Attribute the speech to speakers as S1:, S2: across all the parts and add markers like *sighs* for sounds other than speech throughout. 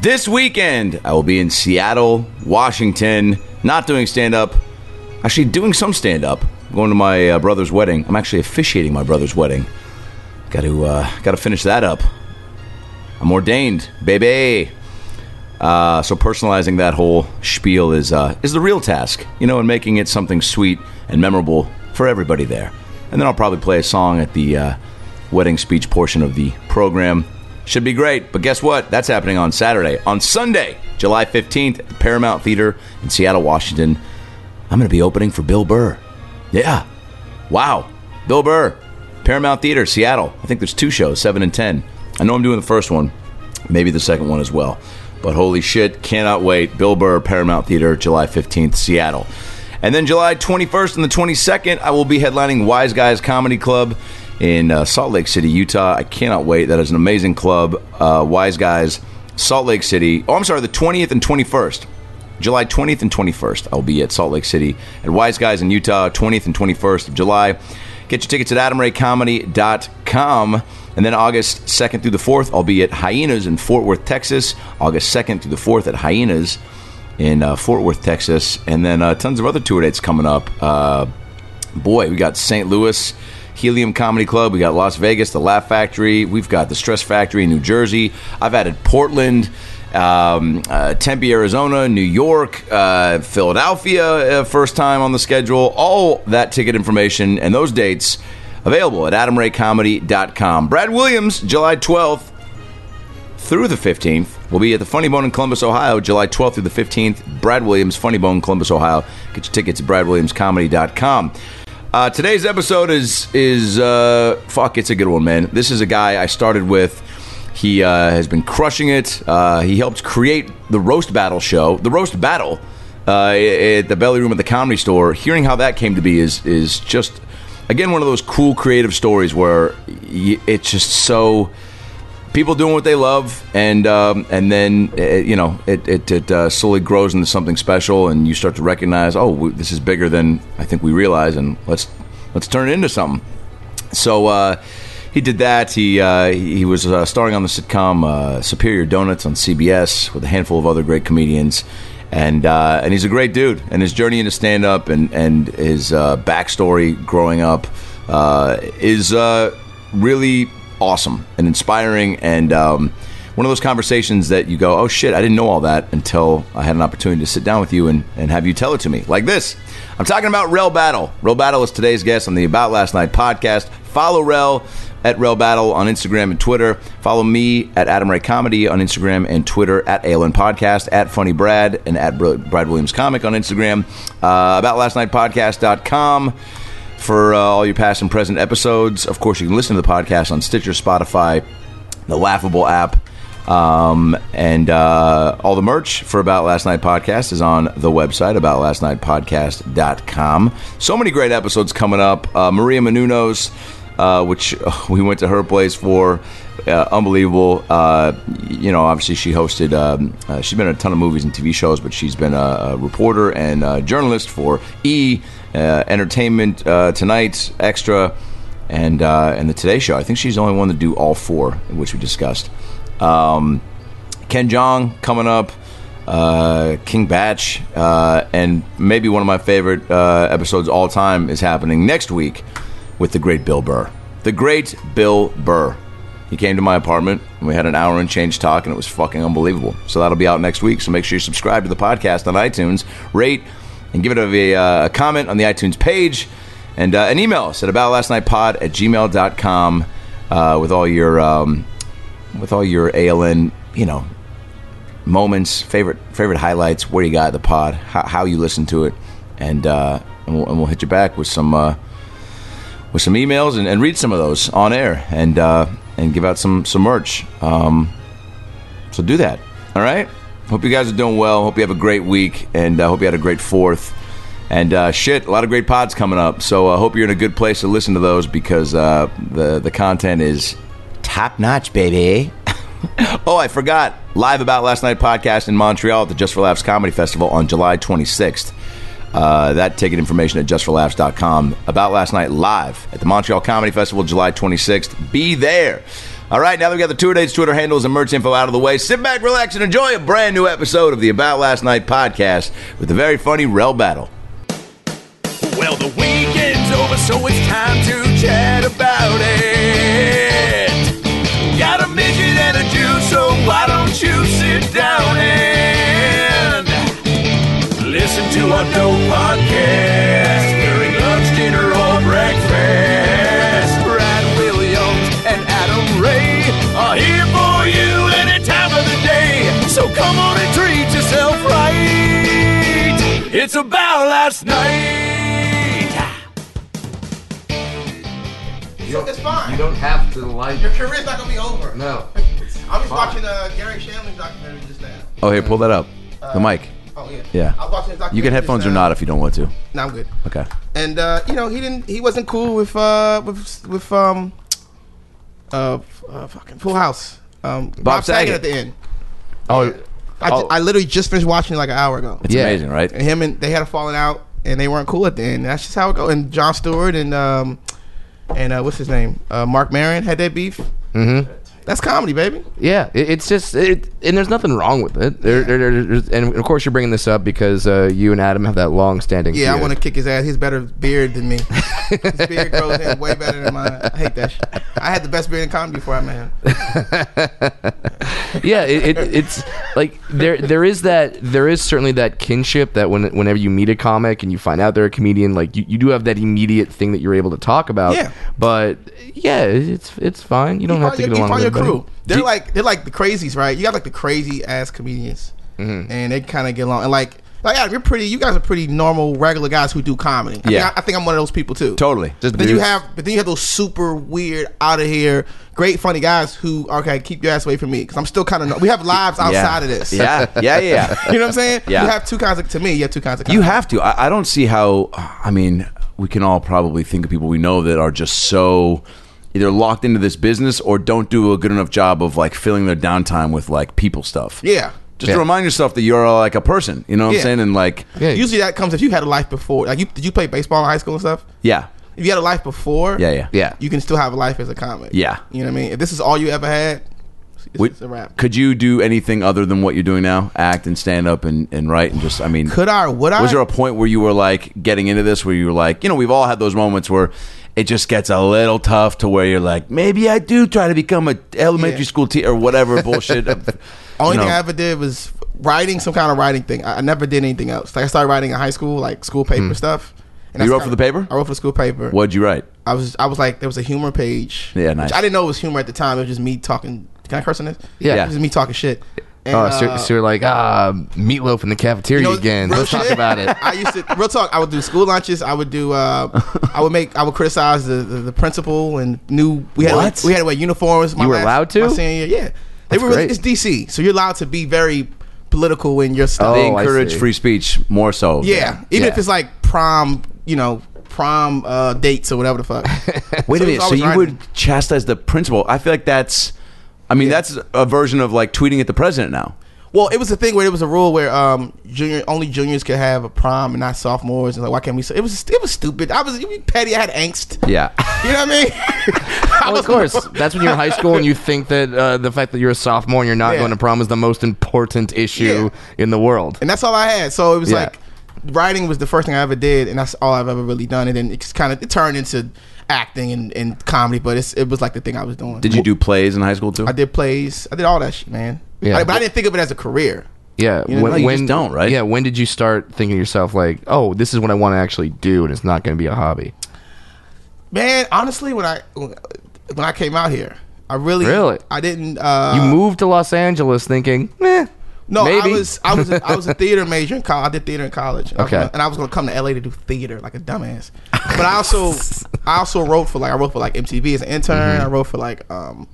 S1: This weekend, I will be in Seattle, Washington, not doing stand up, actually doing some stand up. Going to my uh, brother's wedding. I'm actually officiating my brother's wedding. Got to uh, got to finish that up. I'm ordained, baby. Uh, so personalizing that whole spiel is uh, is the real task, you know, and making it something sweet and memorable for everybody there. And then I'll probably play a song at the uh, wedding speech portion of the program. Should be great. But guess what? That's happening on Saturday. On Sunday, July fifteenth, at the Paramount Theater in Seattle, Washington. I'm going to be opening for Bill Burr. Yeah. Wow. Bill Burr, Paramount Theater, Seattle. I think there's two shows, 7 and 10. I know I'm doing the first one, maybe the second one as well. But holy shit, cannot wait. Bill Burr, Paramount Theater, July 15th, Seattle. And then July 21st and the 22nd, I will be headlining Wise Guys Comedy Club in uh, Salt Lake City, Utah. I cannot wait. That is an amazing club. Uh, Wise Guys, Salt Lake City. Oh, I'm sorry, the 20th and 21st. July 20th and 21st. I'll be at Salt Lake City at Wise Guys in Utah, 20th and 21st of July. Get your tickets at adamraycomedy.com. And then August 2nd through the 4th, I'll be at Hyenas in Fort Worth, Texas. August 2nd through the 4th at Hyenas in uh, Fort Worth, Texas. And then uh, tons of other tour dates coming up. Uh, boy, we got St. Louis Helium Comedy Club. We got Las Vegas, the Laugh Factory. We've got the Stress Factory in New Jersey. I've added Portland, um, uh, Tempe, Arizona, New York, uh, Philadelphia, uh, first time on the schedule. All that ticket information and those dates available at adamraycomedy.com. Brad Williams, July 12th through the 15th. We'll be at the Funny Bone in Columbus, Ohio, July 12th through the 15th. Brad Williams, Funny Bone, Columbus, Ohio. Get your tickets at bradwilliamscomedy.com. Uh, today's episode is is uh, fuck. It's a good one, man. This is a guy I started with. He uh, has been crushing it. Uh, he helped create the Roast Battle show, the Roast Battle uh, at the Belly Room at the Comedy Store. Hearing how that came to be is is just again one of those cool creative stories where y- it's just so people doing what they love, and um, and then uh you know it it, it uh, slowly grows into something special, and you start to recognize, oh, w- this is bigger than I think we realize, and let's let's turn it into something. So uh, he did that. He uh, he was uh, starring on the sitcom uh, Superior Donuts on CBS with a handful of other great comedians, and uh, and he's a great dude. And his journey into stand up and and his uh, backstory growing up uh, is uh, really awesome and inspiring and. Um, one of those conversations that you go, oh shit, I didn't know all that until I had an opportunity to sit down with you and, and have you tell it to me. Like this. I'm talking about Rel Battle. Rel Battle is today's guest on the About Last Night podcast. Follow Rel at Rel Battle on Instagram and Twitter. Follow me at Adam Ray Comedy on Instagram and Twitter, at ALN Podcast, at Funny Brad, and at Br- Brad Williams Comic on Instagram. Uh, about Last Night Podcast.com for uh, all your past and present episodes. Of course, you can listen to the podcast on Stitcher, Spotify, the Laughable app, um, and uh, all the merch for About Last Night Podcast is on the website, aboutlastnightpodcast.com. So many great episodes coming up. Uh, Maria Menounos, uh, which *laughs* uh, we went to her place for. Uh, unbelievable. Uh, you know, obviously she hosted. Um, uh, she's been in a ton of movies and TV shows, but she's been a, a reporter and a journalist for E uh, Entertainment uh, Tonight, Extra, and uh, and the Today Show. I think she's the only one to do all four, which we discussed. Um, Ken Jong coming up, uh, King Batch, uh, and maybe one of my favorite uh, episodes all time is happening next week with the great Bill Burr. The great Bill Burr. He came to my apartment and we had an hour and change talk, and it was fucking unbelievable. So that'll be out next week. So make sure you subscribe to the podcast on iTunes, rate, and give it a, uh, a, a comment on the iTunes page, and uh, an email us at aboutlastnightpod at gmail.com uh, with all your. Um, with all your ALN, you know, moments, favorite favorite highlights, where you got the pod, how, how you listen to it, and uh, and, we'll, and we'll hit you back with some uh, with some emails and, and read some of those on air and uh, and give out some some merch. Um, so do that. All right. Hope you guys are doing well. Hope you have a great week, and uh, hope you had a great fourth. And uh, shit, a lot of great pods coming up. So I uh, hope you're in a good place to listen to those because uh, the the content is top notch, baby. oh, I forgot. Live about last night podcast in Montreal at the Just for Laughs Comedy Festival on July 26th. Uh, that ticket information at justforlaughs.com. About last night live at the Montreal Comedy Festival, July 26th. Be there. All right, now that we got the tour dates, Twitter handles, and merch info out of the way, sit back, relax, and enjoy a brand new episode of the About Last Night podcast with the very funny Rel Battle.
S2: Well, the weekend's over, so it's time to chat about it. Got a midget and a Jew, so why don't you sit down and listen to our dope podcast during lunch, dinner, or breakfast? Brad Williams and Adam Ray are here for you any time of the day, so come on and treat yourself right. It's about last night.
S3: So it's fine.
S4: You don't have to like.
S3: Your career's not gonna be over. *laughs*
S4: No.
S3: I was watching uh, Gary Shanley's documentary just now.
S1: Oh, here, pull that up.
S4: Uh,
S1: The mic.
S3: Oh yeah.
S1: Yeah.
S3: I was watching his documentary.
S1: You get headphones or
S3: just now.
S1: not if you don't want to.
S3: No, I'm good.
S1: Okay.
S3: And uh, you know, he didn't. He wasn't cool with uh with with um uh, f- uh fucking Full House. Um, Bob,
S1: Saget.
S3: at the end.
S4: Oh,
S3: I, ju-
S1: Oh.
S3: I literally just finished watching it like an hour ago.
S1: It's
S4: Yeah.
S1: amazing, right?
S3: And him and they had a falling out, and they weren't cool at the end. That's just how it goes. And John Stewart and um and uh, what's his name? Uh, Mark Maron had that beef. Mm-hmm. That's comedy, baby.
S4: yeah. It, it's just, it, and there's nothing wrong with it. There, there, there- there's- and of course, you're bringing this up because uh, you and Adam have that long-standing.
S3: Yeah, I
S4: feud.
S3: want to kick his ass. He's better beard than me. his beard grows in way better than mine. I hate that shit. I had the best beard in comedy before I met him.
S4: *laughs* yeah, it, it, it's like there there is that there is certainly that kinship that when whenever you meet a comic and you find out they're a comedian, like you, you do have that immediate thing that you're able to talk about.
S3: Yeah.
S4: But yeah, it's it's fine. You don't have
S3: Find
S4: to
S3: your,
S4: get
S3: you
S4: along
S3: find
S4: with
S3: your
S4: everybody.
S3: crew. They're
S4: Do you-
S3: like they're like the crazies, right? You got like the crazy ass comedians, and they kind of get along. And like, like Adam, you're pretty. You guys are pretty normal, regular guys who do comedy. I
S1: Yeah.
S3: think I, I think I'm one of those people too.
S1: Totally. Just
S3: But then you
S1: dudes.
S3: have, but then you have those super weird, out of here, great, funny guys who okay, keep your ass away from me because I'm still kind of. We have lives outside of this.
S1: Yeah, yeah, yeah.
S3: *laughs* You know what I'm saying?
S1: Yeah.
S3: You have two kinds of. To me, you have two kinds of.
S1: You
S3: comedy.
S1: have to. I, I don't see how. I mean, we can all probably think of people we know that are just so either locked into this business or don't do a good enough job of like filling their downtime with like people stuff.
S3: Yeah.
S1: Just to remind yourself that you're like a person. You know what
S3: Yeah.
S1: I'm saying? And like,
S4: Yeah.
S3: Usually that comes if you had a life before. Like you did you play baseball in high school and stuff?
S1: yeah,
S3: If you had a life before,
S1: yeah, yeah,
S4: yeah.
S3: you can still have a life as a comic.
S1: Yeah.
S3: You know what I mean? If this is all you ever had, it's,
S1: We-
S3: it's a wrap.
S1: Could you do anything other than what you're doing now? Act and stand up and, and write and just, I mean,
S3: Could I or would I?
S1: was there a point where you were like getting into this where you were like, you know, we've all had those moments where it just gets a little tough to where you're like, maybe I do try to become a elementary
S3: Yeah.
S1: school teacher or
S3: *laughs*
S1: whatever bullshit.
S3: Only
S1: you know.
S3: thing I ever did was writing some kind of writing thing. I, I never did anything else. Like I started writing in high school, like school paper stuff.
S1: Hmm.
S3: And
S1: You wrote
S3: that's kinda-
S1: for the paper?
S3: I wrote for the school paper.
S1: What'd you write?
S3: I was I was like there was a humor page.
S1: Yeah,
S3: which
S1: nice.
S3: I didn't know it was humor at the time. It was just me talking. Can I curse on this?
S4: Yeah.
S3: It was just me talking shit. And,
S4: Oh, so,
S3: uh,
S4: so you're like, ah, meatloaf in the cafeteria
S3: You know,
S4: again.
S3: real
S4: Let's talk
S3: shit, *laughs*
S4: about it.
S3: I used to real talk. I would do school lunches. I would do. Uh, I would make. I would criticize the, the, the principal and new. We had
S1: What?
S3: we had to wear uniforms. My
S4: You were
S3: last-
S4: allowed to?
S3: My senior year. Yeah, they
S4: That's
S3: were.
S4: great.
S3: It's DC, so you're allowed to be very political in your stuff.
S1: They
S4: Oh, I
S1: encourage
S4: see.
S1: free speech more so.
S3: yeah. even
S4: yeah.
S3: if it's like prom, you know, prom uh, dates or whatever the
S4: *laughs*
S3: fuck.
S1: Wait
S3: So
S1: a
S3: it was
S1: minute. So
S3: always
S1: you
S3: writing.
S1: would chastise the principal. I feel like that's, I mean, that's a version of like tweeting at the president now.
S3: Well, it was a thing where it was a rule where um junior only juniors could have a prom and not sophomores and like why can't we? So it was it was stupid. I was petty. I had angst.
S1: Yeah.
S3: You know what I mean? *laughs*
S4: Oh, of course. That's when you're in high school and you think that uh, the fact that you're a sophomore and you're not
S3: Yeah.
S4: going to prom is the most important issue in the world.
S3: and that's all I had. So it was
S4: Yeah.
S3: like writing was the first thing I ever did, and that's all I've ever really done. And then it just kind of it turned into acting and, and comedy, but it's, it was like the thing I was
S1: *laughs*
S3: doing.
S1: Did you do plays in high school too?
S3: I did plays. I did all that shit, man.
S4: Yeah.
S3: I- but I didn't think of it as a career.
S4: Yeah.
S3: You know,
S1: no, you just don't, right?
S4: Yeah. When did you start thinking to yourself, like, oh, this is what I want to actually do and it's not going to be a hobby?
S3: Man, honestly, when I when I came out here, I really
S4: Really?
S3: I didn't. Uh,
S4: you moved to Los Angeles thinking, eh,
S3: No,
S4: maybe.
S3: I was I was a, I
S4: *laughs*
S3: was a theater major in college. I did theater in college. And I was
S4: Okay.
S3: gonna- and I was gonna come to LA to do theater like a dumbass. But I also I also wrote for like I wrote for like MTV as an intern.
S4: Mm-hmm.
S3: I wrote for like um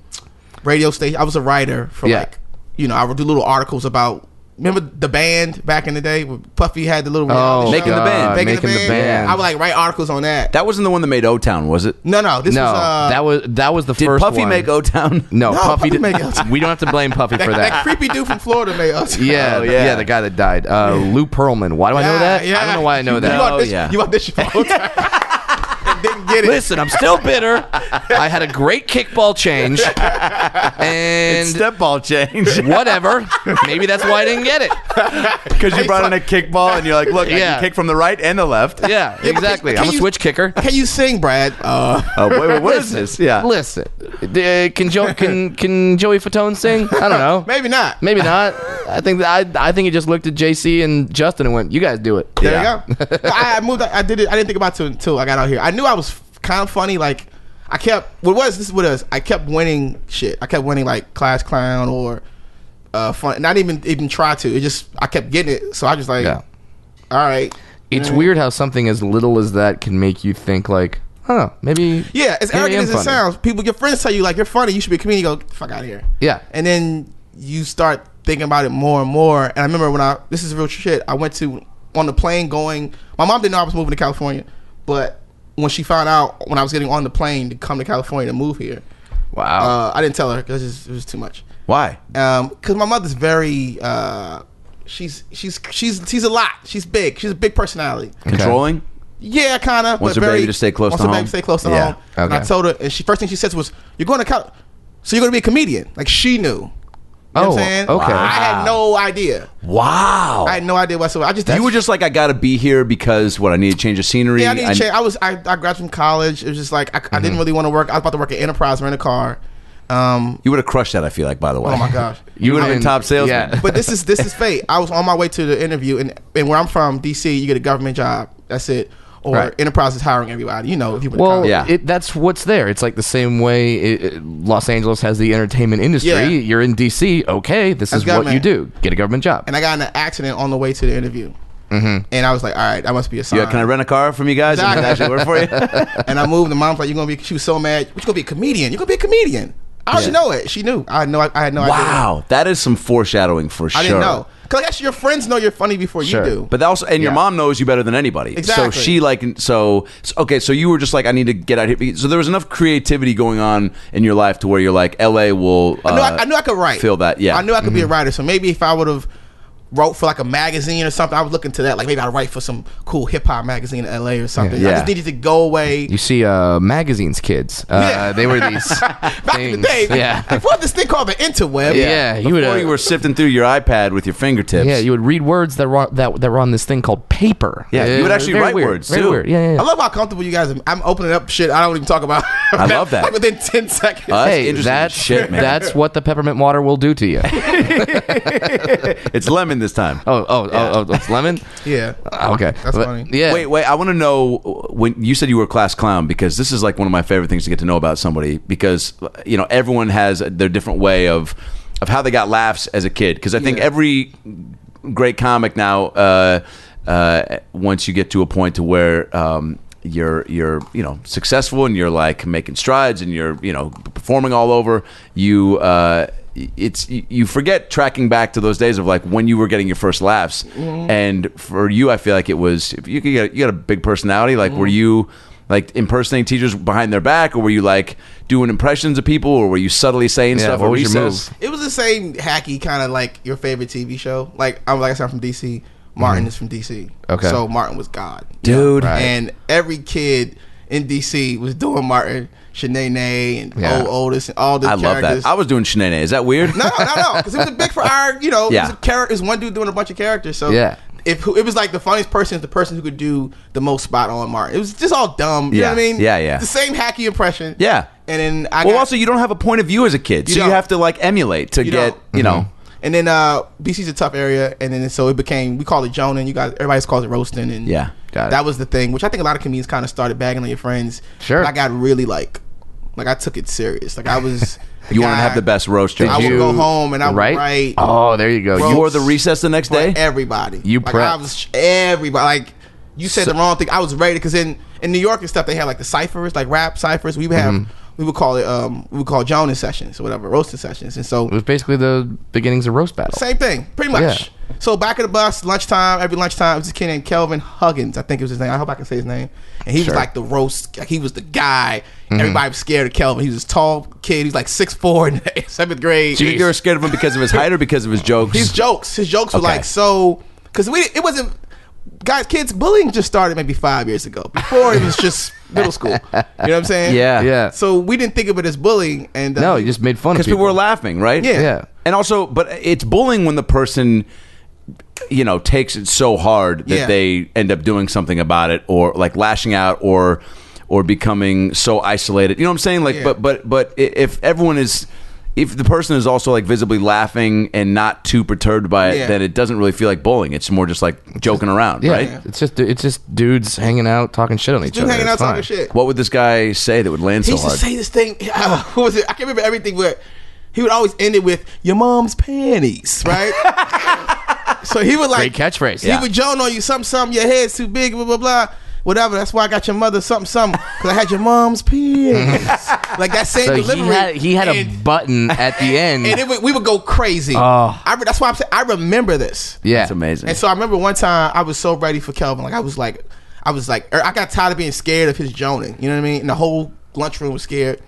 S3: radio station. I was a writer for
S4: Yeah.
S3: like you know I would do little articles about Remember the band back in the day? When Puffy had the little
S4: Oh,
S1: Making the
S4: God,
S1: band.
S3: making, the band. I would
S4: Band.
S3: like write articles on that.
S1: That wasn't the one that made O Town, was it?
S3: no, no, this
S4: no,
S3: was uh,
S4: that was that was the
S1: Did
S4: first
S1: Puffy
S4: one.
S1: make O Town?
S4: No,
S1: *laughs*
S3: No,
S4: Puffy,
S3: Puffy
S4: did.
S3: made
S4: *laughs*
S3: it.
S4: we don't have to blame Puffy for
S3: that, that
S4: that.
S3: creepy dude from Florida made us.
S4: *laughs* Yeah,
S1: Oh, yeah.
S4: yeah, the guy that died, uh, Lou Pearlman. Why do I know that? I don't know why I know
S3: You-
S4: that.
S3: You auditioned,
S1: yeah.
S3: you
S4: *laughs*
S3: auditioned for whole time. and *laughs* didn't get it.
S4: Listen,
S3: *laughs*
S4: I'm still bitter. I had a great kickball change,
S3: *laughs*
S4: and
S1: Step ball change.
S4: whatever. Maybe that's why I didn't get it.
S1: Because you brought in a kickball and you're like, look, I
S4: Yeah.
S1: can kick from the right and the left.
S4: Yeah,
S3: but
S4: exactly.
S3: can
S4: I'm a
S3: you-
S4: switch kicker.
S3: Can you sing, Brad? Uh,
S1: *laughs*
S3: *laughs*
S1: Oh, wait, wait, what is this? Yeah.
S4: *laughs* Listen, uh, can Joe can can Joey Fatone sing? I don't know.
S3: maybe not.
S4: Maybe not. I think that I I think he just looked at JC and Justin and went, "You guys do it."
S3: There
S1: Yeah.
S3: you go. No, I I moved. I did it. I didn't think about it until I got out here. I knew I was kind of funny. Like I kept. What was this? Is what it was I kept winning shit. I kept winning like class clown or uh fun. Not even even try to. It just I kept getting it. So I just like,
S4: Yeah.
S3: all right.
S4: It's weird how something as little as that can make you think like, "Huh, maybe."
S3: Yeah, as
S4: maybe I am
S3: arrogant as it
S4: funny."
S3: sounds, people, your friends tell you like you're funny. You should be a comedian. You go fuck out of here.
S4: Yeah.
S3: and then you start thinking about it more and more. And I remember when I this is real shit. I went to on the plane going. My mom didn't know I was moving to California, but when she found out when I was getting on the plane to come to California to move here,
S1: Wow.
S3: uh, I didn't tell her because it, was- it was too much.
S1: Why?
S3: Because my mother's very. Uh, She's she's she's she's a lot. She's big. She's a big personality.
S1: Controlling?
S3: Yeah, kind of.
S1: Wants
S3: but
S1: her baby
S3: very-
S1: to stay close
S3: wants
S1: to
S3: her
S1: home?
S3: Baby to stay close to
S1: Yeah.
S3: home. And I
S4: Okay.
S3: told her, and she first thing she says was, "You're going to college, so you're going to be a comedian." Like she knew. You know
S4: Oh,
S3: what I'm saying?
S4: okay.
S3: I had no idea.
S1: Wow.
S3: I had no idea whatsoever. I just
S1: you were just like, I got to be here because, what, I need a change of scenery.
S3: yeah. I, didn't change. I was I, I graduated from college. It was just like I, I
S1: Mm-hmm.
S3: didn't really want to work. I was about to work at Enterprise, rent a car. Um,
S1: You would have crushed that, I feel like, by the way.
S3: oh my
S1: *laughs*
S3: gosh.
S1: You would have been top salesman.
S4: Yeah.
S3: but this is this is fate. I was on my way to the interview, and, and where I'm from, DC, you get a government job. That's it. Or
S4: Right.
S3: Enterprise is hiring everybody. You know, if you went to
S4: Well,
S3: college.
S1: Yeah.
S4: yeah. it, that's what's there. It's like the same way it, it- Los Angeles has the entertainment industry.
S3: Yeah.
S4: You're in D.C. Okay, this
S3: That's
S4: is what
S3: government.
S4: you do. Get a government job.
S3: and I got in an accident on the way to the interview. Mm-hmm. And I was like, all right, that must be a
S1: *laughs*
S3: sign.
S1: Yeah, can I rent a car from you guys? And
S3: Exactly.
S1: actually work for you?
S3: and *laughs* I moved, and mom's like, you're gonna be. She was so mad. You're gonna be a comedian. You're gonna be a comedian. I already know it. She knew. I know. I, I had no idea.
S1: wow. That is some foreshadowing for
S3: I
S1: sure.
S3: didn't know. Cause I guess your friends know you're funny before
S4: Sure.
S3: you do.
S1: But that also, and your
S4: Yeah.
S1: mom knows you better than anybody. So
S3: Exactly.
S1: she like, so so- okay. So you were just like, I need to get out here. So there was enough creativity going on in your life to where you're like, L.A. will. Uh,
S3: I knew I, I knew I could write.
S1: Feel that, yeah. Mm-hmm.
S3: I knew I could be a writer. So maybe if I would have wrote for like a magazine or something, I was looking to that. Like maybe I'd write for some cool hip hop magazine in LA or something.
S1: Yeah.
S3: I just needed to go away.
S4: you see, uh, magazines, kids. Uh,
S3: Yeah.
S4: *laughs* They were these
S1: *laughs*
S3: *laughs* Back in
S4: things.
S3: the day,
S4: Yeah.
S3: before this thing called the interweb.
S4: Yeah, you would.
S1: Before
S4: uh,
S1: you were sifting through your iPad with your fingertips.
S4: yeah, you would read words that were on, that, that were on this thing called paper.
S1: Yeah, you
S4: It
S1: would
S4: was
S1: actually
S4: very
S1: write
S4: weird,
S1: words,
S4: very
S1: too. Oh,
S4: Weird. Yeah, yeah, yeah.
S3: I love how comfortable you guys. Are. I'm opening up shit I don't even talk about.
S1: *laughs* I love that.
S3: like *laughs* within ten seconds.
S1: Uh, That's
S4: hey,
S1: interesting
S4: that's
S1: shit, man.
S4: that's what the peppermint water will do
S1: *laughs*
S4: to you. Oh,
S1: it's lemon this time.
S4: oh, oh, oh,
S1: *laughs*
S4: it's lemon.
S3: yeah,
S4: Okay,
S3: That's
S4: But-
S3: funny.
S4: Yeah,
S1: Wait, wait. I want to know when you said you were a class clown because this is like one of my favorite things to get to know about somebody because you know everyone has their different way of of how they got laughs as a kid because I think
S3: Yeah.
S1: every great comic now uh, uh, once you get to a point to where um, you're you're you know successful and you're like making strides and you're you know performing all over you. Uh, it's you- you forget tracking back to those days of like when you were getting your first laughs
S3: Mm-hmm.
S1: and for you i feel like it was if you could get you got a big personality like
S3: Mm-hmm.
S1: were you like impersonating teachers behind their back or were you like doing impressions of people or were you subtly saying
S4: Yeah,
S1: stuff
S4: what
S1: at
S4: was your
S1: recess?
S4: move?
S3: it was the same hacky kind of like your favorite TV show. Like I'm like I said, I'm from DC. Martin is from DC.
S4: Okay.
S3: so Martin was God,
S1: Mm-hmm. Dude.
S4: Right.
S3: And every kid in DC was doing Martin, Shanae, and
S4: Yeah.
S3: old Otis, and all the
S1: i love
S3: characters.
S1: that i was doing shenanigans is that weird
S3: no, no, no, because it was a big for our. You know,
S1: Yeah.
S3: it was a character. It was one dude doing a bunch of characters. So
S4: Yeah.
S3: If, who- it was like the funniest person is the person who could do the most spot on Martin. It was just all dumb. You
S1: Yeah.
S3: know what I mean?
S1: Yeah, yeah.
S3: The same hacky impression.
S1: Yeah.
S3: And then I
S1: well
S3: got,
S1: also you don't have a point of view as a kid
S3: You
S1: so you
S3: don't.
S1: have to like emulate to
S3: You
S1: get
S3: don't.
S1: you know
S3: And then uh, DC's a tough area, and then so it became we call it Joning. You guys, everybody calls it roasting, and
S1: Yeah,
S4: got it.
S3: that was the thing, which I think a lot of comedians kind of started bagging on your friends.
S4: Sure.
S3: but I got really like, like I took it serious. Like I was,
S1: *laughs*
S3: the
S1: you want to
S3: guy-
S1: have the best roast
S3: I
S1: job
S3: would
S4: you-
S3: go home and I would
S4: right?
S3: write
S4: Oh, there you go.
S3: Bro,
S4: You
S1: you were the recess the next
S3: for
S1: day
S3: everybody.
S4: You
S3: like, I
S4: prepped.
S3: was everybody. Like you said the wrong thing. I was ready because in in New York and stuff they had like the ciphers, like rap ciphers. We would have.
S4: Mm-hmm.
S3: We would call it, um, we would call Joning sessions or whatever, roasting sessions. And so
S4: It was basically the beginnings of roast battle.
S3: Same thing, pretty much.
S4: Yeah.
S3: So back of the bus, lunchtime, every lunchtime, it was this kid named Kelvin Huggins, I think it was his name. I hope I can say his name. And he
S4: Sure.
S3: was
S4: Mm-hmm.
S3: like the roast, like he was the guy. Everybody was scared of Kelvin. He was this tall kid. He's like six four in *laughs* seventh grade.
S1: Do you think they were scared of him because of his height or because
S3: *laughs*
S1: of his jokes?
S3: His jokes, his jokes were
S1: Okay.
S3: like so, because we it wasn't guys, kids bullying just started maybe five years ago. Before it was
S4: *laughs*
S3: just middle school. You know what I'm saying?
S1: Yeah.
S4: Yeah.
S3: So we didn't think of it as bullying, and uh,
S4: no, you just made fun of
S1: because
S4: people.
S1: people were laughing, right?
S3: Yeah.
S4: Yeah.
S1: And also, but it's bullying when the person, you know, takes it so hard that
S3: Yeah.
S1: they end up doing something about it, or like lashing out, or or becoming so isolated. You know what I'm saying? Like,
S3: Yeah.
S1: but but but i- if everyone is. If the person is also like visibly laughing and not too perturbed by it,
S3: Yeah.
S1: then it doesn't really feel like bullying. It's more just like joking around,
S4: yeah,
S1: right?
S4: it's just it's just dudes hanging out talking shit on each
S3: dude
S4: other.
S3: hanging
S4: It's
S3: out talking
S4: fine.
S3: shit.
S1: What would this guy say that would land
S3: he
S1: so
S3: used to
S1: hard?
S3: say this thing. *laughs* Uh, what was it? I can't remember everything, but he would always end it with "your mom's panties,"
S4: *laughs*
S3: right? so he would like
S4: Great catchphrase.
S3: He
S4: Yeah.
S3: would joan on you something, something. Your head's too big, blah blah blah. Whatever. That's why I got your mother something, something. Because I had your mom's
S4: *laughs*
S3: panties. like that same
S4: So he
S3: delivery.
S4: had he had a
S3: and,
S4: button at
S3: *laughs*
S4: the end.
S3: and it would, we would go crazy.
S4: Oh.
S3: I, re- that's why I'm saying I remember this.
S4: yeah,
S1: That's amazing.
S3: And so I remember one time I was so ready for Kelvin. Like I was like, I was like, er, I got tired of being scared of his joning. You know what I mean? And the whole lunchroom was scared.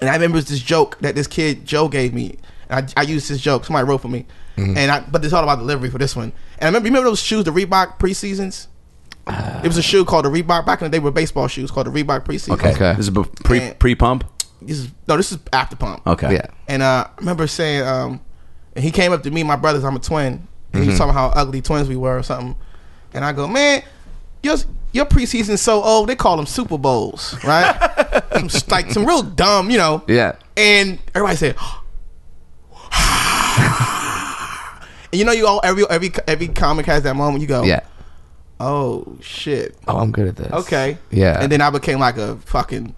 S3: And I remember it was this joke that this kid Joe gave me. And I, I used this joke. Somebody wrote for me.
S1: Mm-hmm.
S3: And I, but it's all about delivery for this one. And I remember, remember those shoes, the Reebok preseasons. it was a shoe called the Reebok. Back in the day, were baseball shoes called the Reebok preseason.
S1: okay.
S4: Okay.
S1: this is bef- pre
S3: And-
S1: pre pump.
S3: This is, no, this is after pump.
S1: Okay,
S4: Yeah.
S3: And uh, I remember saying, um, and he came up to me, my brothers, I'm a twin. And he
S4: Mm-hmm.
S3: was talking how ugly twins we were or something. And I go, man, your, your preseason's so old, they call them Super Bowls,
S4: *laughs*
S3: right? some, s- like some real dumb, you know.
S4: yeah.
S3: And everybody said, and you know, you all, every, every, every comic has that moment you go,
S4: Yeah.
S3: oh, shit.
S4: Oh, I'm good at this.
S3: Okay.
S4: Yeah.
S3: And then I became like a fucking,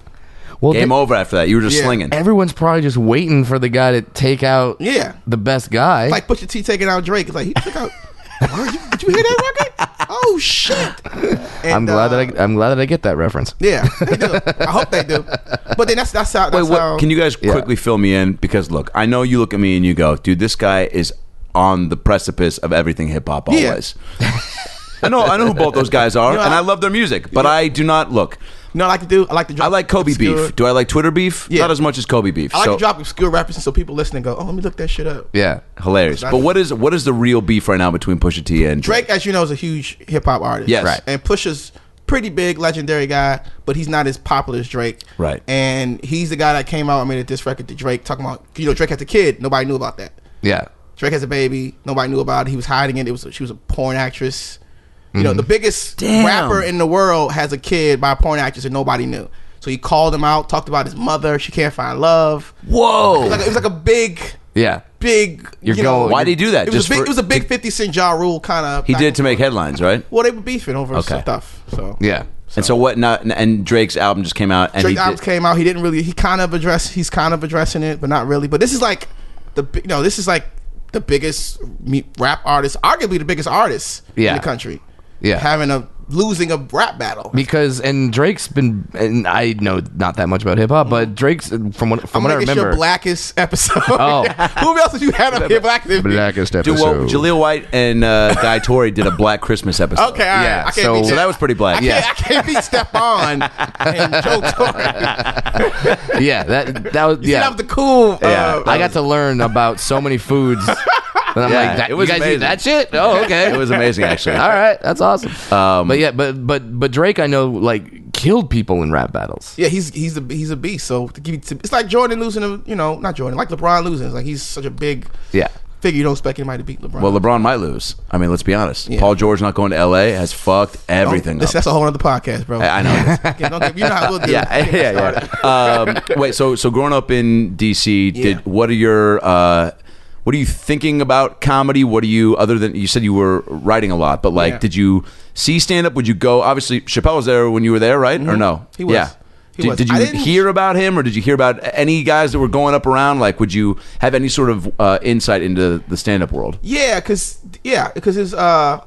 S4: well,
S1: game
S4: the-
S1: over after that. You were just
S3: Yeah.
S1: slinging.
S4: Everyone's probably just waiting for the guy to take out
S3: yeah.
S4: the best guy.
S3: like Pusha T taking out Drake. It's like he took out. Word, you- did you hear that record? Oh shit!
S4: I'm
S3: And,
S4: glad
S3: uh,
S4: that I, I'm glad that I get that reference.
S3: Yeah, they do. I hope they do. But then that's that's how. That's
S1: Wait, what,
S3: how
S1: can you guys
S4: Yeah.
S1: quickly fill me in? Because look, I know you look at me and you go, "Dude, this guy is on the precipice of everything hip hop
S3: Yeah.
S1: always." I know, I know who both those guys
S3: *laughs*
S1: are,
S3: You know,
S1: and I,
S3: I-
S1: love their music, but I do not look.
S3: You know, what I like to do. I like to. Drop
S1: I like Kobe
S3: obscure-
S1: beef. Do I like Twitter beef?
S3: Yeah.
S1: Not as much as Kobe beef.
S3: I like
S1: so
S3: to drop obscure rappers so people listening go, "Oh, let me look that shit up."
S4: Yeah.
S1: hilarious. But what is what is the real beef right now between Pusha T and
S3: Drake, as you know, is a huge hip hop artist.
S1: Yes. Right.
S3: And Pusha's pretty big, legendary guy, but he's not as popular as Drake.
S1: Right.
S3: And he's the guy that came out and made a diss record to Drake, talking about you know Drake has a kid, nobody knew about that.
S4: Yeah.
S3: Drake has a baby. Nobody knew about it. He was hiding it. It was she was a porn actress. You know, the
S1: Mm.
S3: biggest
S1: Damn.
S3: rapper in the world has a kid by a porn actress, and nobody knew. So he called him out, talked about his mother. She can't find love. It was
S1: Whoa!
S3: like, it was like a big,
S4: Yeah.
S3: big.
S4: You're
S3: you know,
S4: going-
S1: Why did he do that?
S3: It was, a
S1: Just
S3: big,
S1: for-
S3: it was a big Fifty Cent Ja Rule kind of.
S1: He did to make headlines, right?
S3: Well, they were beefing over
S1: Okay.
S3: stuff. So
S4: Yeah.
S1: And so what? Not, and Drake's album just came out, and
S3: Drake
S1: he
S3: albums
S1: did-
S3: came out. He didn't really. He kind of address. He's kind of addressing it, but not really. But this is like the big- no. This is like the biggest me- rap artist, arguably the biggest artist
S4: Yeah.
S3: in the country.
S4: Yeah.
S3: having a losing a rap battle.
S4: Because and Drake's been and I know not that much about hip hop,
S3: Mm-hmm.
S4: but Drake's from what from
S3: I'm
S4: what I
S3: gonna get
S4: remember.
S3: your blackest episode.
S4: Oh.
S3: *laughs* who else have you had up here black? than me?
S4: blackest
S1: Dude, well, Jaleel White and uh, Guy Tori did a Black Christmas episode.
S3: Okay, all right.
S4: Yeah,
S3: I can't
S4: so-
S3: beat *laughs*
S1: So that was pretty
S3: I
S1: black.
S3: can't,
S4: yeah.
S3: I can't beat Stephon and Joe Torre.
S4: *laughs* yeah, that that was
S3: Yeah.
S4: yeah.
S3: That was the cool.
S1: Yeah.
S3: Uh,
S4: I got to learn about so
S3: *laughs*
S4: many foods. And I'm
S1: Yeah,
S4: like, that,
S1: it was
S4: you guys
S1: amazing.
S4: eat that shit? Oh, okay. *laughs*
S1: It was amazing, actually.
S4: All right, that's awesome.
S3: Um,
S4: but yeah, but but but Drake, I know, like killed people in rap battles.
S3: Yeah, he's he's a he's a beast. So to give you to, it's like Jordan losing to you know not Jordan like LeBron losing. It's like he's such a big
S4: Yeah.
S3: figure. You don't expect anybody to beat LeBron.
S1: Well, LeBron might lose. I mean, let's be honest.
S3: Yeah.
S1: Paul George not going to LA has fucked
S3: Don't-
S1: everything
S3: That's,
S1: up.
S3: that's a whole other podcast, bro.
S1: I *laughs* I
S3: *laughs*
S1: know. it is.
S3: Okay, don't get- you know how we'll
S1: *laughs*
S3: do. *laughs*
S1: yeah,
S3: Get
S1: yeah,
S3: started.
S1: yeah. Um, wait, so so growing up in DC,
S3: Yeah.
S1: did what are your uh, what are you thinking about comedy? What are you other than you said you were writing a lot, but like,
S3: Yeah.
S1: did you see stand up? Would you go? Obviously, Chappelle was there when you were there, right? Or no?
S3: Mm-hmm. He was.
S1: Yeah.
S3: He
S1: did,
S3: was.
S1: did
S3: I
S1: you
S3: didn't-
S1: hear about him, or did you hear about any guys that were going up around? Like, would you have any sort of uh, insight into the stand-up world?
S3: Yeah, cause yeah, cause it's uh,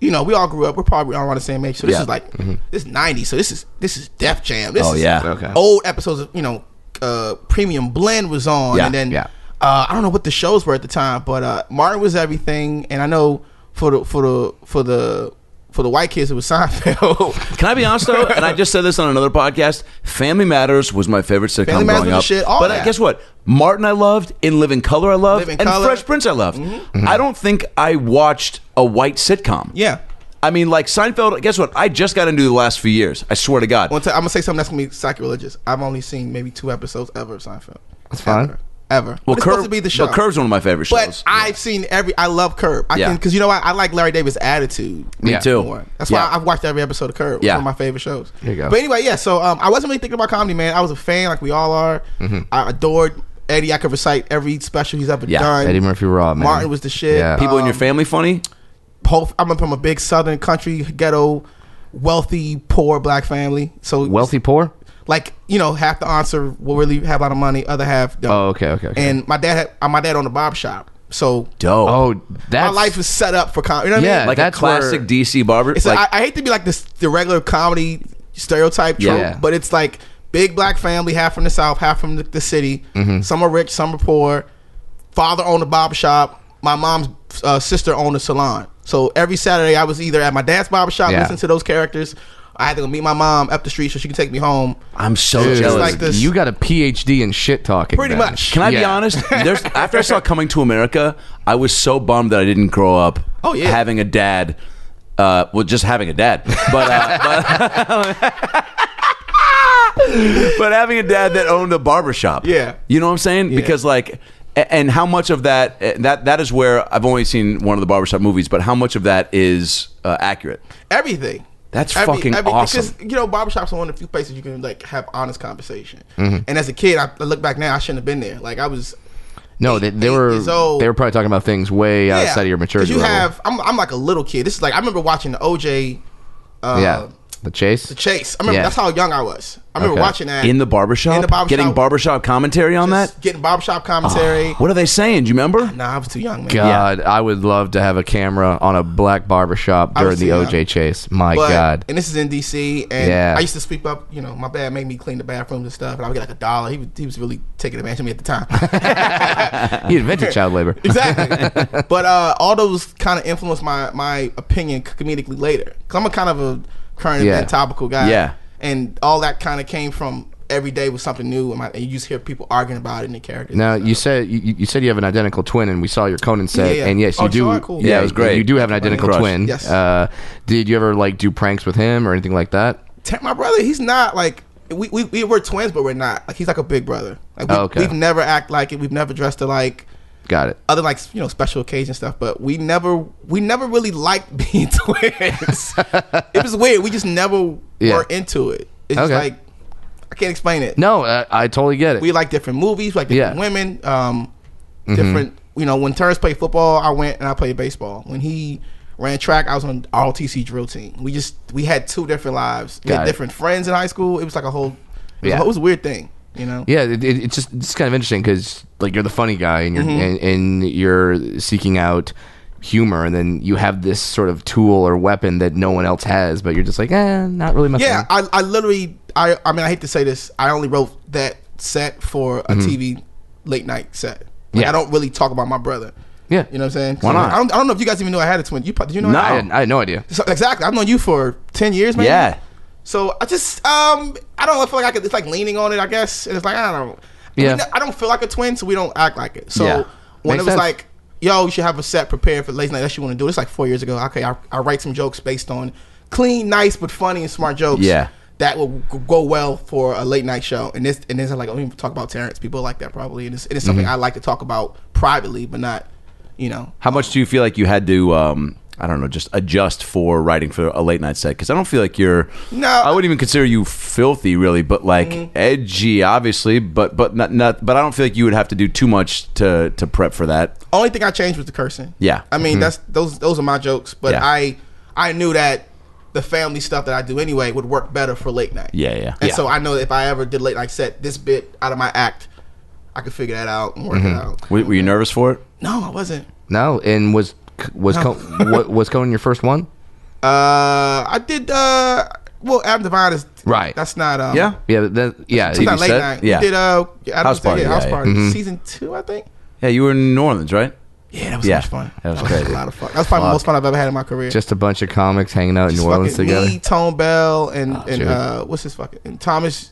S3: you know, we all grew up. We're probably all around the same age, so this
S1: Yeah. Mm-hmm.
S3: is like this is ninety. So this is this is Def Jam. This
S1: Oh,
S3: is
S1: yeah. Okay.
S3: old episodes of you know, uh, Premium Blend was on,
S1: Yeah,
S3: and then
S4: yeah.
S3: uh, I don't know what the shows were at the time, but uh, Martin was everything, and I know for the for the for the for the white kids it was *laughs* Seinfeld.
S1: Can I be honest though? And I just said this on another podcast. Family Matters was my favorite sitcom
S3: Family Matters
S1: growing
S3: was
S1: up.
S3: the shit, all
S1: but
S3: that.
S1: I, guess what? Martin I loved, In Living Color I loved,
S3: Living Mm-hmm.
S1: and
S3: Colour.
S1: Fresh Prince I loved. Mm-hmm. I don't think I watched a white sitcom.
S3: yeah.
S1: I mean, like Seinfeld. Guess what? I just got into the last few years. I swear to God.
S3: One time, I'm gonna say something that's gonna be sacrilegious. I've only seen maybe two episodes ever of Seinfeld. That's
S4: fine.
S3: Ever. ever.
S1: well,
S3: But it's
S1: Curb,
S3: supposed to be the show.
S1: But Curb's one of my favorite
S3: But
S1: shows.
S3: I've seen every. I love Curb. I
S1: Yeah.
S3: can because you know what? I like Larry David's attitude.
S1: Me
S4: Yeah.
S1: too.
S3: more. That's
S1: Yeah.
S3: why I've watched every episode of Curb. It's
S1: Yeah.
S3: one of my favorite shows. There
S4: you go.
S3: But anyway, yeah. So um, I wasn't really thinking about comedy, man. I was a fan, like we all are.
S4: Mm-hmm.
S3: I adored Eddie. I could recite every special he's ever
S1: Yeah,
S3: done.
S4: Eddie Murphy Raw, man.
S3: Martin was the shit.
S4: Yeah.
S1: People in
S3: Um,
S1: your family funny.
S3: po- I'm from a big Southern country ghetto, wealthy poor black family. So
S4: Wealthy poor?
S3: like you know, half the answer will really have a lot of money, other half don't.
S4: Oh, okay, okay, okay.
S3: And my dad, had, uh, my dad owned a barber shop, so
S1: Dope.
S4: Oh,
S3: my
S4: that's
S3: life is set up for comedy. You know what I
S4: Yeah,
S3: mean?
S1: like a
S4: that's where-
S1: classic DC barber.
S3: It's
S1: like,
S3: like, I, I hate to be like this the regular comedy stereotype trope,
S4: Yeah.
S3: but it's like big black family, half from the south, half from the, the city. Some are rich, some are poor. Father owned a barber shop. My mom's uh, sister owned a salon. So every Saturday, I was either at my dad's barber shop,
S4: Yeah.
S3: listening to those characters. I had to go meet my mom up the street so she could take me home.
S1: I'm so
S4: Dude,
S1: jealous.
S3: like this-
S4: You got a PhD in shit talking.
S3: Pretty
S4: man.
S3: much.
S1: Can I be
S4: Yeah.
S1: honest?
S3: *laughs*
S1: There's, after I saw Coming to America, I was so bummed that I didn't grow up.
S3: Oh, yeah.
S1: having a dad. Uh, well, just having a dad, but uh, *laughs*
S3: *laughs*
S1: but, but having a dad that owned a barbershop.
S3: Yeah.
S1: you know what I'm saying? Because like, a- and how much of that eh, that that is where I've only seen one of the barbershop movies, but how much of that is uh, accurate?
S3: Everything.
S1: That's fucking awesome.
S3: Because you know, barbershops are one of the few places you can like have honest conversation. And as a kid, I, I look back now, I shouldn't have been there. Like I was
S4: No, they, they
S3: eight
S4: were
S3: years old.
S4: they were probably talking about things way outside of your
S3: 'cause
S4: maturity.
S3: You
S4: level.
S3: have. I'm, I'm like a little kid. This is like I remember watching the OJ. Uh,
S4: yeah, the chase.
S3: The Chase. I remember
S4: Yeah.
S3: that's how young I was. I remember
S4: Okay.
S3: watching that
S1: In the barbershop,
S3: In the barbershop.
S1: getting barbershop commentary on
S3: just
S1: that.
S3: getting barbershop commentary.
S1: What are they saying? Do you remember?
S3: Nah, I was too young, man.
S4: Ah, God, I would love to have a camera on a black barbershop during
S3: was
S4: the
S3: too young.
S4: OJ chase. My
S3: But-
S4: God.
S3: And this is in DC, and
S4: Yeah.
S3: I used to sweep up. You know, my dad made me clean the bathrooms and stuff, and I would get like a dollar. He was, he was really taking advantage of me at the
S4: *laughs*
S3: time.
S4: He invented
S3: *laughs*
S4: child labor.
S3: exactly.
S4: *laughs*
S3: but uh, all those kind of influenced my my opinion comedically later. Cause I'm a kind of a current
S4: Yeah.
S3: event topical guy.
S1: Yeah.
S3: And all that kind of came from every day was something new, and, my, and you just hear people arguing about it in the characters.
S4: Now you said you, you said you have an identical twin, and we saw your Conan set,
S3: Yeah, yeah.
S4: and yes,
S3: Oh,
S4: you do.
S3: sure, cool.
S1: Yeah, it was great.
S4: You do have an identical
S1: Crush.
S4: twin.
S3: Yes.
S4: Uh, did you ever like do pranks with him or anything like that?
S3: Ta- my brother, he's not like we, we we were twins, but we're not. Like he's like a big brother. Like we,
S4: Oh, okay.
S3: we've never act like it. We've never dressed alike.
S4: Got it.
S3: other like you know special occasion stuff, but we never we never really liked *laughs* being twins. it was weird. We just never
S4: Yeah.
S3: were into it. It's just
S4: Okay.
S3: like I can't explain it.
S4: No, I, I totally get it.
S3: We like different movies, we like different
S4: Yeah. Mm-hmm.
S3: women, um, different. You know, when Terrence played football, I went and I played baseball. When he ran track, I was on ROTC drill team. We just we had two different lives. We
S4: Got
S3: had
S4: it.
S3: different friends in high school. It was like a whole. It was,
S4: Yeah.
S3: a, whole- it was a weird thing. You know.
S4: yeah, it, it, it's just it's kind of interesting because like you're the funny guy and
S3: Mm-hmm.
S4: you're and, and you're seeking out humor, and then you have this sort of tool or weapon that no one else has, but you're just like, eh, not really my
S3: Yeah,
S4: thing.
S3: I, I literally, I, I mean, I hate to say this, I only wrote that set for a TV late night set. Like,
S4: Yeah.
S3: I don't really talk about my brother.
S4: Yeah.
S3: You know what I'm saying?
S1: Why not?
S3: I don't, I don't know if you guys even knew I had a twin. You pro- did you know?
S1: No.
S3: I
S4: I
S3: had-
S4: had, I had no idea.
S3: So- exactly. I've known you for ten years, man.
S1: Yeah.
S3: So I just, um, I don't know, I feel like I could. It's like leaning on it, I guess. And it's like I don't.
S4: Yeah.
S3: We, I don't feel like a twin, so we don't act like it. So
S4: Yeah.
S3: when it
S4: Makes
S3: was
S4: sense.
S3: like. Yo, you should have a set prepared for late night. That's what you want to do. It's like four years ago. Okay, I, I write some jokes based on clean, nice, but funny and smart jokes.
S1: Yeah.
S3: that will g- go well for a late night show. And this, and then I'm like, oh, we talk about Terrence. People like that probably, and it's, and it's
S4: Mm-hmm.
S3: something I like to talk about privately, but not, you know,
S1: How much do you feel like you had to? Um, I don't know, just adjust for writing for a late night set because I don't feel like you're.
S3: No.
S1: I wouldn't even consider you filthy, really, but like edgy, obviously, but but not not. But I don't feel like you would have to do too much to to prep for that.
S3: Only thing I changed was the cursing.
S1: Yeah. Mm-hmm.
S3: I mean that's those those are my jokes, but
S1: Yeah.
S3: I I knew that the family stuff that I do anyway would work better for late night.
S1: Yeah, yeah.
S3: And
S1: Yeah.
S3: so I know if I ever did late night set this bit out of my act, I could figure that out and work it out.
S1: Were, were you nervous for it?
S3: No, I wasn't.
S4: No, and was was Co-
S3: *laughs*
S4: wa- was Conan your first one?
S3: Uh, I did. Uh, well, Adam Devine is
S4: Right.
S3: That's not. Um,
S1: Yeah.
S4: Yeah, that, yeah.
S3: It's not
S1: TV
S3: late
S1: set?
S3: night.
S1: Yeah.
S3: We did uh, Adam
S1: House
S3: Devine-
S1: Party,
S3: Yeah,
S1: yeah, Mm-hmm.
S3: house
S1: yeah.
S3: party. Season two, I think.
S1: Yeah, you were in New Orleans, right?
S3: Yeah, that was
S1: Yeah.
S3: so much fun.
S1: That was
S3: a
S1: crazy.
S3: lot of fun. That was probably the most fun I've ever had in my career.
S4: Just a bunch of comics hanging out in
S3: Just
S4: New Orleans
S3: fucking
S4: together. Oh,
S3: Me, Tone Bell, and and
S4: dude.
S3: uh, what's his fucking and Thomas.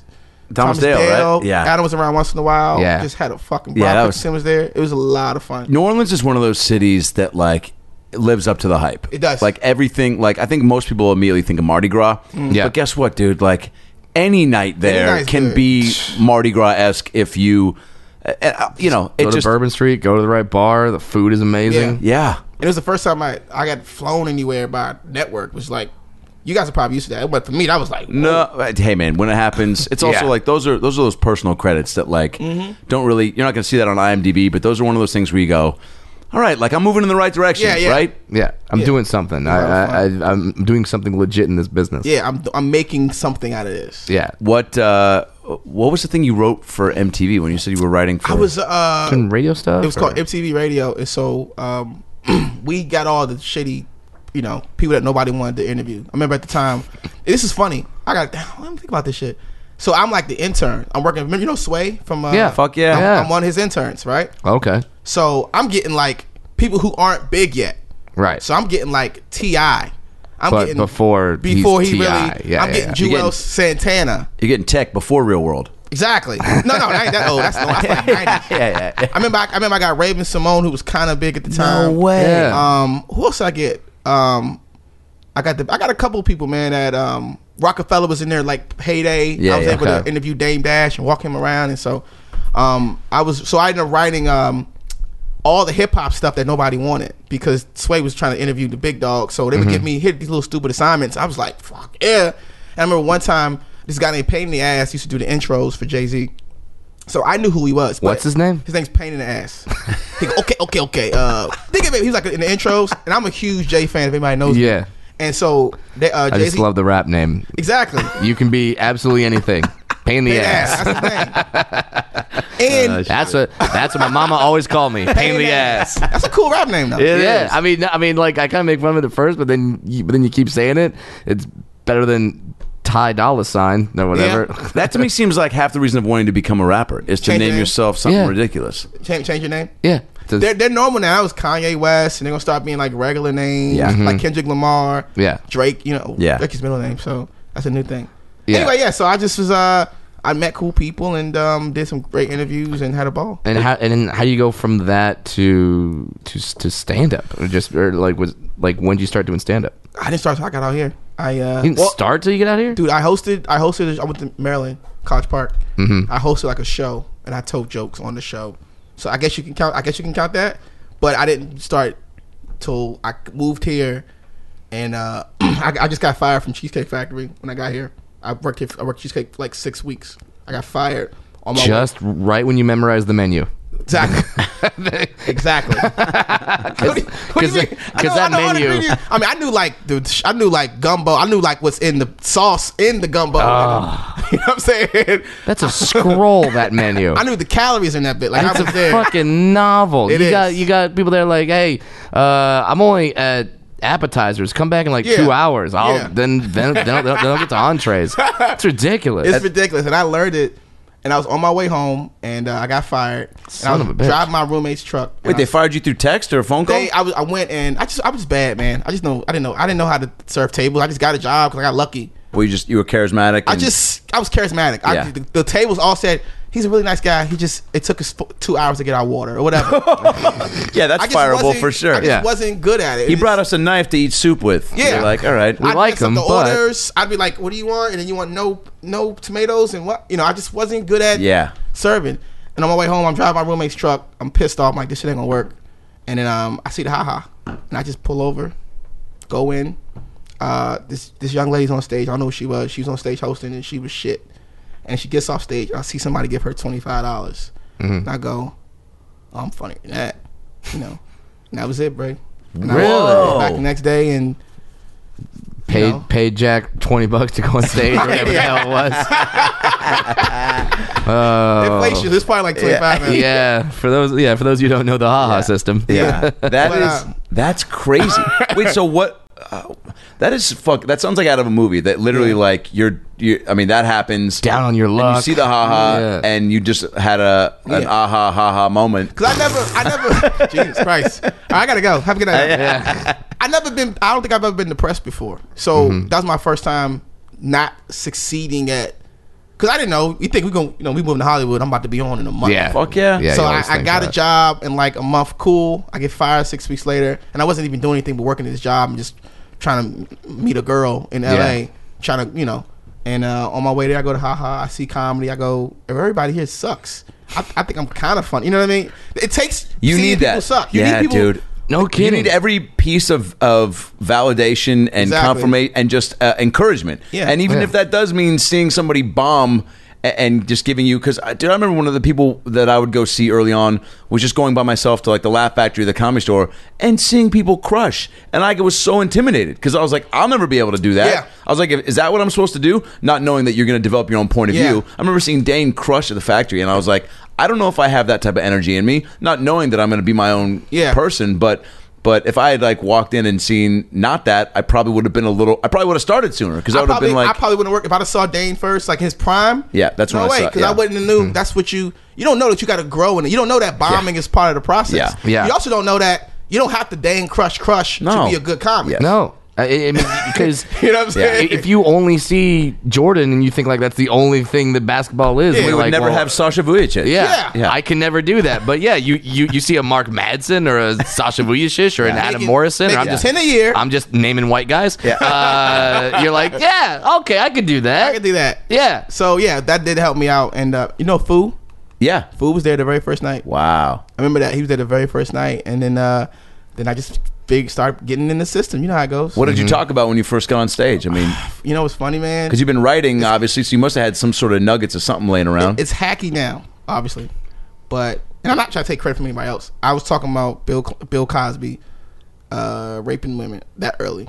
S1: Thomas, Dale, right? Yeah.
S3: Adam was around once in a while.
S4: Yeah.
S3: Just had a fucking.
S1: Yeah,
S3: Yeah,
S1: that
S3: that
S1: was-
S3: was there. It was a lot of fun.
S1: New Orleans is one of those cities that like lives up to the hype.
S3: It does.
S1: Like everything. Like I think most people immediately think of Mardi Gras.
S4: Mm-hmm. Yeah.
S1: But guess what, dude? Like any night there
S3: night's
S1: can
S3: good. *sighs*
S1: be Mardi Gras esque if you, uh, uh, you know, it
S4: Go to
S1: just
S4: Bourbon Street. Go to the right bar. The food is amazing.
S1: yeah.
S3: And it was the first time I, I got flown anywhere by network. Was like, you guys are probably used to that, but for me, that was like, oh,
S1: No, uh, hey man, when it happens, it's also
S4: Yeah.
S1: like those are those are those personal credits that like
S3: Mm-hmm.
S1: don't really you're not going to see that on IMDb, but those are one of those things where you go, all right, like I'm moving in the right direction,
S3: Yeah, yeah.
S1: right?
S4: Yeah, I'm doing something. I, I, I, I'm doing something legit in this business.
S3: yeah, I'm I'm making something out of this.
S4: yeah.
S1: What uh, what was the thing you wrote for MTV when you said you were writing for?
S3: I was uh,
S4: Doing radio stuff.
S3: It was
S4: or-
S3: called MTV Radio, and so um, *clears throat* we got all the shitty, you know, people that nobody wanted to interview. I remember at the time, this is funny. I got let me think about this shit. So I'm like the intern. I'm working. Remember, you know, Sway from uh,
S4: Yeah, fuck yeah.
S3: I'm,
S4: Yeah.
S3: I'm one of his interns, right?
S4: Okay.
S3: So I'm getting like people who aren't big yet.
S4: Right.
S3: So I'm getting like Ti. I'm
S4: But before he's
S3: before he
S4: T.I.,
S3: really.
S4: yeah,
S3: I'm
S4: yeah,
S3: getting
S4: yeah.
S3: Joel
S1: You're getting-
S3: Santana.
S1: you're getting tech before Real World.
S3: Exactly. No, no, that ain't
S1: *laughs*
S3: that old. That's, no, that's like 90.
S1: Oh. Yeah, yeah.
S3: I remember I, I remember I got Raven Simone who was kind of big at the time.
S4: Yeah.
S3: Um, who else did I get? Um, I got the I got a couple people, man. That um, Rockefeller was in there like heyday.
S1: Yeah,
S3: I was
S1: yeah,
S3: able
S1: okay.
S3: to interview Dame Dash and walk him around, and so um, I was so I ended up writing um, all the hip hop stuff that nobody wanted because Sway was trying to interview the big dog, so they
S4: Mm-hmm.
S3: would give me hit these little stupid assignments. I was like, fuck yeah! And I remember one time this guy named Pain in the Ass used to do the intros for Jay Z. So I knew who he was. but
S4: What's his name?
S3: His name's Pain in the Ass. He go, okay, okay, okay. Uh, *laughs* think of it. He was like in the intros, and I'm a huge Jay fan. If anybody knows, me.
S4: Yeah.
S3: And so they, uh,
S4: I
S3: Jay
S4: just
S3: Z,
S4: love the rap name. *laughs*
S3: exactly.
S4: You can be absolutely anything. Pain in the
S3: Pain in the
S4: ass.
S3: ass. That's his name.
S4: *laughs*
S3: And
S4: That's what that's what my mama always called *laughs* me. Pain in the ass.
S3: that's a cool rap name though.
S4: yeah, I mean, I mean, like I kind of make fun of it at first, but then, you, but then you keep saying it. It's better than Ty Dolla Sign or whatever.
S1: That *laughs* to me seems like half the reason of wanting to become a rapper is to
S3: Change
S1: name
S3: name.
S1: yourself something
S4: Yeah.
S1: ridiculous.
S3: Change, change your name.
S4: *laughs* yeah, Just-
S3: They're, they're normal now. It's Kanye West, and they're gonna start being like regular names,
S1: Yeah.
S3: like Kendrick Lamar,
S4: Mm-hmm. Yeah.
S3: Drake. You know,
S1: Yeah.
S3: Drake's middle name. So that's a new thing.
S4: Yeah.
S3: Anyway, yeah. So I just was uh, I met cool people and um, did some great interviews and had a ball.
S4: and how and then how do you go from that to to s- to stand up or just or like was like when did you start doing stand up?
S3: I didn't start. till I got out here. I uh,
S4: You didn't
S3: well,
S4: start till you get out here.
S3: dude, I hosted. I hosted. I went to Maryland, College Park. Mm-hmm. I hosted like a show, and I told jokes on the show. So I guess you can count. I guess you can count that. But I didn't start till I moved here, and uh, *clears throat* I, I just got fired from Cheesecake Factory when I got here. I worked here. I worked Cheesecake for like six weeks. I got fired. On my way-
S4: Just right when you memorize the menu.
S3: exactly. Exactly. What do you- what do you
S4: 'cause that-
S3: mean? I
S4: 'cause
S3: know-
S4: that
S3: I know all the
S4: menu-
S3: ingredients. I mean, I knew like the, sh- I knew like gumbo. I knew like what's in the sauce in the gumbo. *laughs* you know what I'm saying?
S4: That's a
S3: *laughs*
S4: scroll. that menu.
S3: I knew the calories in that bit. Like
S4: It's
S3: I
S4: a
S3: was there.
S4: fucking novel.
S3: It
S4: you
S3: is.
S4: got you got people there like, hey, uh, I'm only at appetizers. Come back in like
S3: Yeah.
S4: two hours. I'll
S3: Yeah.
S4: then then then I'll, then I'll get to entrees. It's ridiculous.
S3: It's ridiculous, and I learned it. And I was on my way home, and uh, I got fired.
S4: Son
S3: and I
S4: of a
S3: was
S4: bitch.
S3: driving my roommate's truck.
S1: Wait,
S3: and
S1: they
S3: I,
S1: fired you through text or a phone call?
S3: they, I, was, I went and I just I was bad, man. I just know I didn't know I didn't know how to serve tables. I just got a job because I got lucky.
S1: Were you just you were charismatic?
S3: I
S1: and-
S3: just I was charismatic.
S1: Yeah.
S3: I, the, the tables all said he's a really nice guy. He just it took us fo- two hours to get our water or whatever.
S1: *laughs* yeah, that's
S3: I just
S1: fireable
S3: wasn't-
S1: for
S3: I
S1: sure.
S3: just
S4: Yeah.
S3: wasn't good at it.
S1: He brought us a knife to eat soup with.
S3: Yeah.
S1: You're like all right.
S3: *laughs*
S4: We like
S3: mess up
S4: him,
S3: the
S4: but-
S3: orders. I'd be like, "What do you want?" And then you want no no tomatoes and what? You know, I just wasn't good at
S1: Yeah.
S3: serving. And on my way home, I'm driving my roommate's truck. I'm pissed off. I'm like, "This shit ain't gonna work." And then um, I see the haha, and I just pull over, go in. Uh, this this young lady's on stage. I don't know who she was. She was on stage hosting, and she was shit. And she gets off stage. and I see somebody give her twenty five dollars.
S4: Mm-hmm.
S3: And I go, oh, "I'm funnier than that," you know. And that was it, bro. And I-
S1: Really?
S3: back the next day and.
S4: paid
S3: know?
S4: paid Jack twenty bucks to go on stage or whatever the hell it
S3: *laughs*
S4: was.
S3: Inflation. It's probably like twenty five. Um, Yeah.
S4: yeah, for those yeah for those who don't know the haha system.
S1: Yeah, that
S3: But,
S1: is
S3: uh, *laughs*
S1: that's crazy. Wait, so what? Uh, That is fuck. That sounds like out of a movie. That literally, like you're, you. I mean, that happens.
S4: Down on your
S1: And you
S4: luck.
S1: see the ha ha,
S4: Yeah.
S1: and you just had a an
S3: Yeah.
S1: aha ha ha moment.
S3: *laughs* Cause I never, I *laughs* never. Jesus Christ! All right, I gotta go. Have a good night. I never been. I don't think I've ever been depressed before. So that was my first time not succeeding at. Cause I didn't know. You think we gonna, you know, we moving to Hollywood. I'm about to be on in a month.
S4: Yeah.
S1: Fuck yeah.
S4: Yeah.
S3: so
S4: you
S3: I,
S4: always
S3: I
S4: think
S3: got a
S4: that.
S3: job in like a month. Cool. I get fired six weeks later, and I wasn't even doing anything but working this job and just trying to m- meet a girl in LA.
S4: Yeah.
S3: Trying to, you know, and uh, on my way there, I go to haha. I see comedy. I go. Everybody here sucks. I, I think I'm kind of fun. You know what I mean? It takes.
S1: You
S3: seeing
S1: need
S3: people
S1: that.
S3: Suck. You
S1: Yeah,
S3: need people,
S1: dude.
S4: No kidding.
S1: You need every piece of, of validation and
S3: Exactly.
S1: confirmation and just uh, encouragement.
S3: Yeah.
S1: And even
S4: Yeah.
S1: if that does mean seeing somebody bomb a- and just giving you because dude, I remember one of the people that I would go see early on was just going by myself to like the Laugh Factory, the comedy store, and seeing people crush, and I was so intimidated because I was like, I'll never be able to do that.
S3: Yeah.
S1: I was like, is that what I'm supposed to do? Not knowing that you're going to develop your own point of
S3: Yeah.
S1: view. I remember seeing Dane crush at the factory, and I was like, I don't know if I have that type of energy in me. Not knowing that I'm going to be my own
S3: Yeah.
S1: person, but but if I had like walked in and seen not that, I probably would have been a little. I probably would have started sooner because I, would have
S3: probably,
S1: been like,
S3: I probably wouldn't work if I'd have saw Dane first, like his prime.
S1: Yeah, that's
S3: no
S1: when I
S3: way,
S1: saw-
S3: because
S1: yeah. Mm-hmm.
S3: I wouldn't have knew that's what you. You don't know that you got to grow in it. You don't know that bombing is part of the process.
S1: Yeah.
S4: Yeah.
S3: You also don't know that you don't have to Dane crush crush
S1: No.
S3: to be a good comic.
S1: Yeah.
S4: No. I,
S3: *laughs*
S4: I mean, because
S3: You know what I'm saying?
S4: if you only see Jordan and you think like that's the only thing that basketball is,
S3: Yeah.
S4: and
S1: we
S4: you're
S1: would
S4: like,
S1: never
S4: well,
S1: have Sasha Vujacic.
S4: Yeah,
S3: Yeah.
S4: I can never do that. But yeah, you you, you see a Mark Madsen or a
S3: *laughs*
S4: Sasha Vujicic or an Adam
S3: Making-
S4: Morrison, or
S3: making
S4: I'm just
S3: ten a year.
S4: I'm just naming white guys. Yeah.
S3: *laughs*
S4: Uh, you're like, yeah, okay, I could do that.
S3: I could do that.
S4: Yeah.
S3: So yeah, that did help me out, and uh, you know, Foo,
S1: yeah.
S3: Foo was there the very first night.
S1: Wow.
S3: I remember that he was there the very first night, and then uh, then I just big start getting in the system. You know how it goes.
S1: What did
S4: Mm-hmm.
S1: you talk about when you first got on stage? I mean,
S3: You know what's funny, man?
S1: because you've been writing, obviously, so you must have had some sort of nuggets or something laying around.
S3: it's hacky now, obviously, but and I'm not trying to take credit from anybody else. I was talking about Bill Bill Cosby uh, raping women that early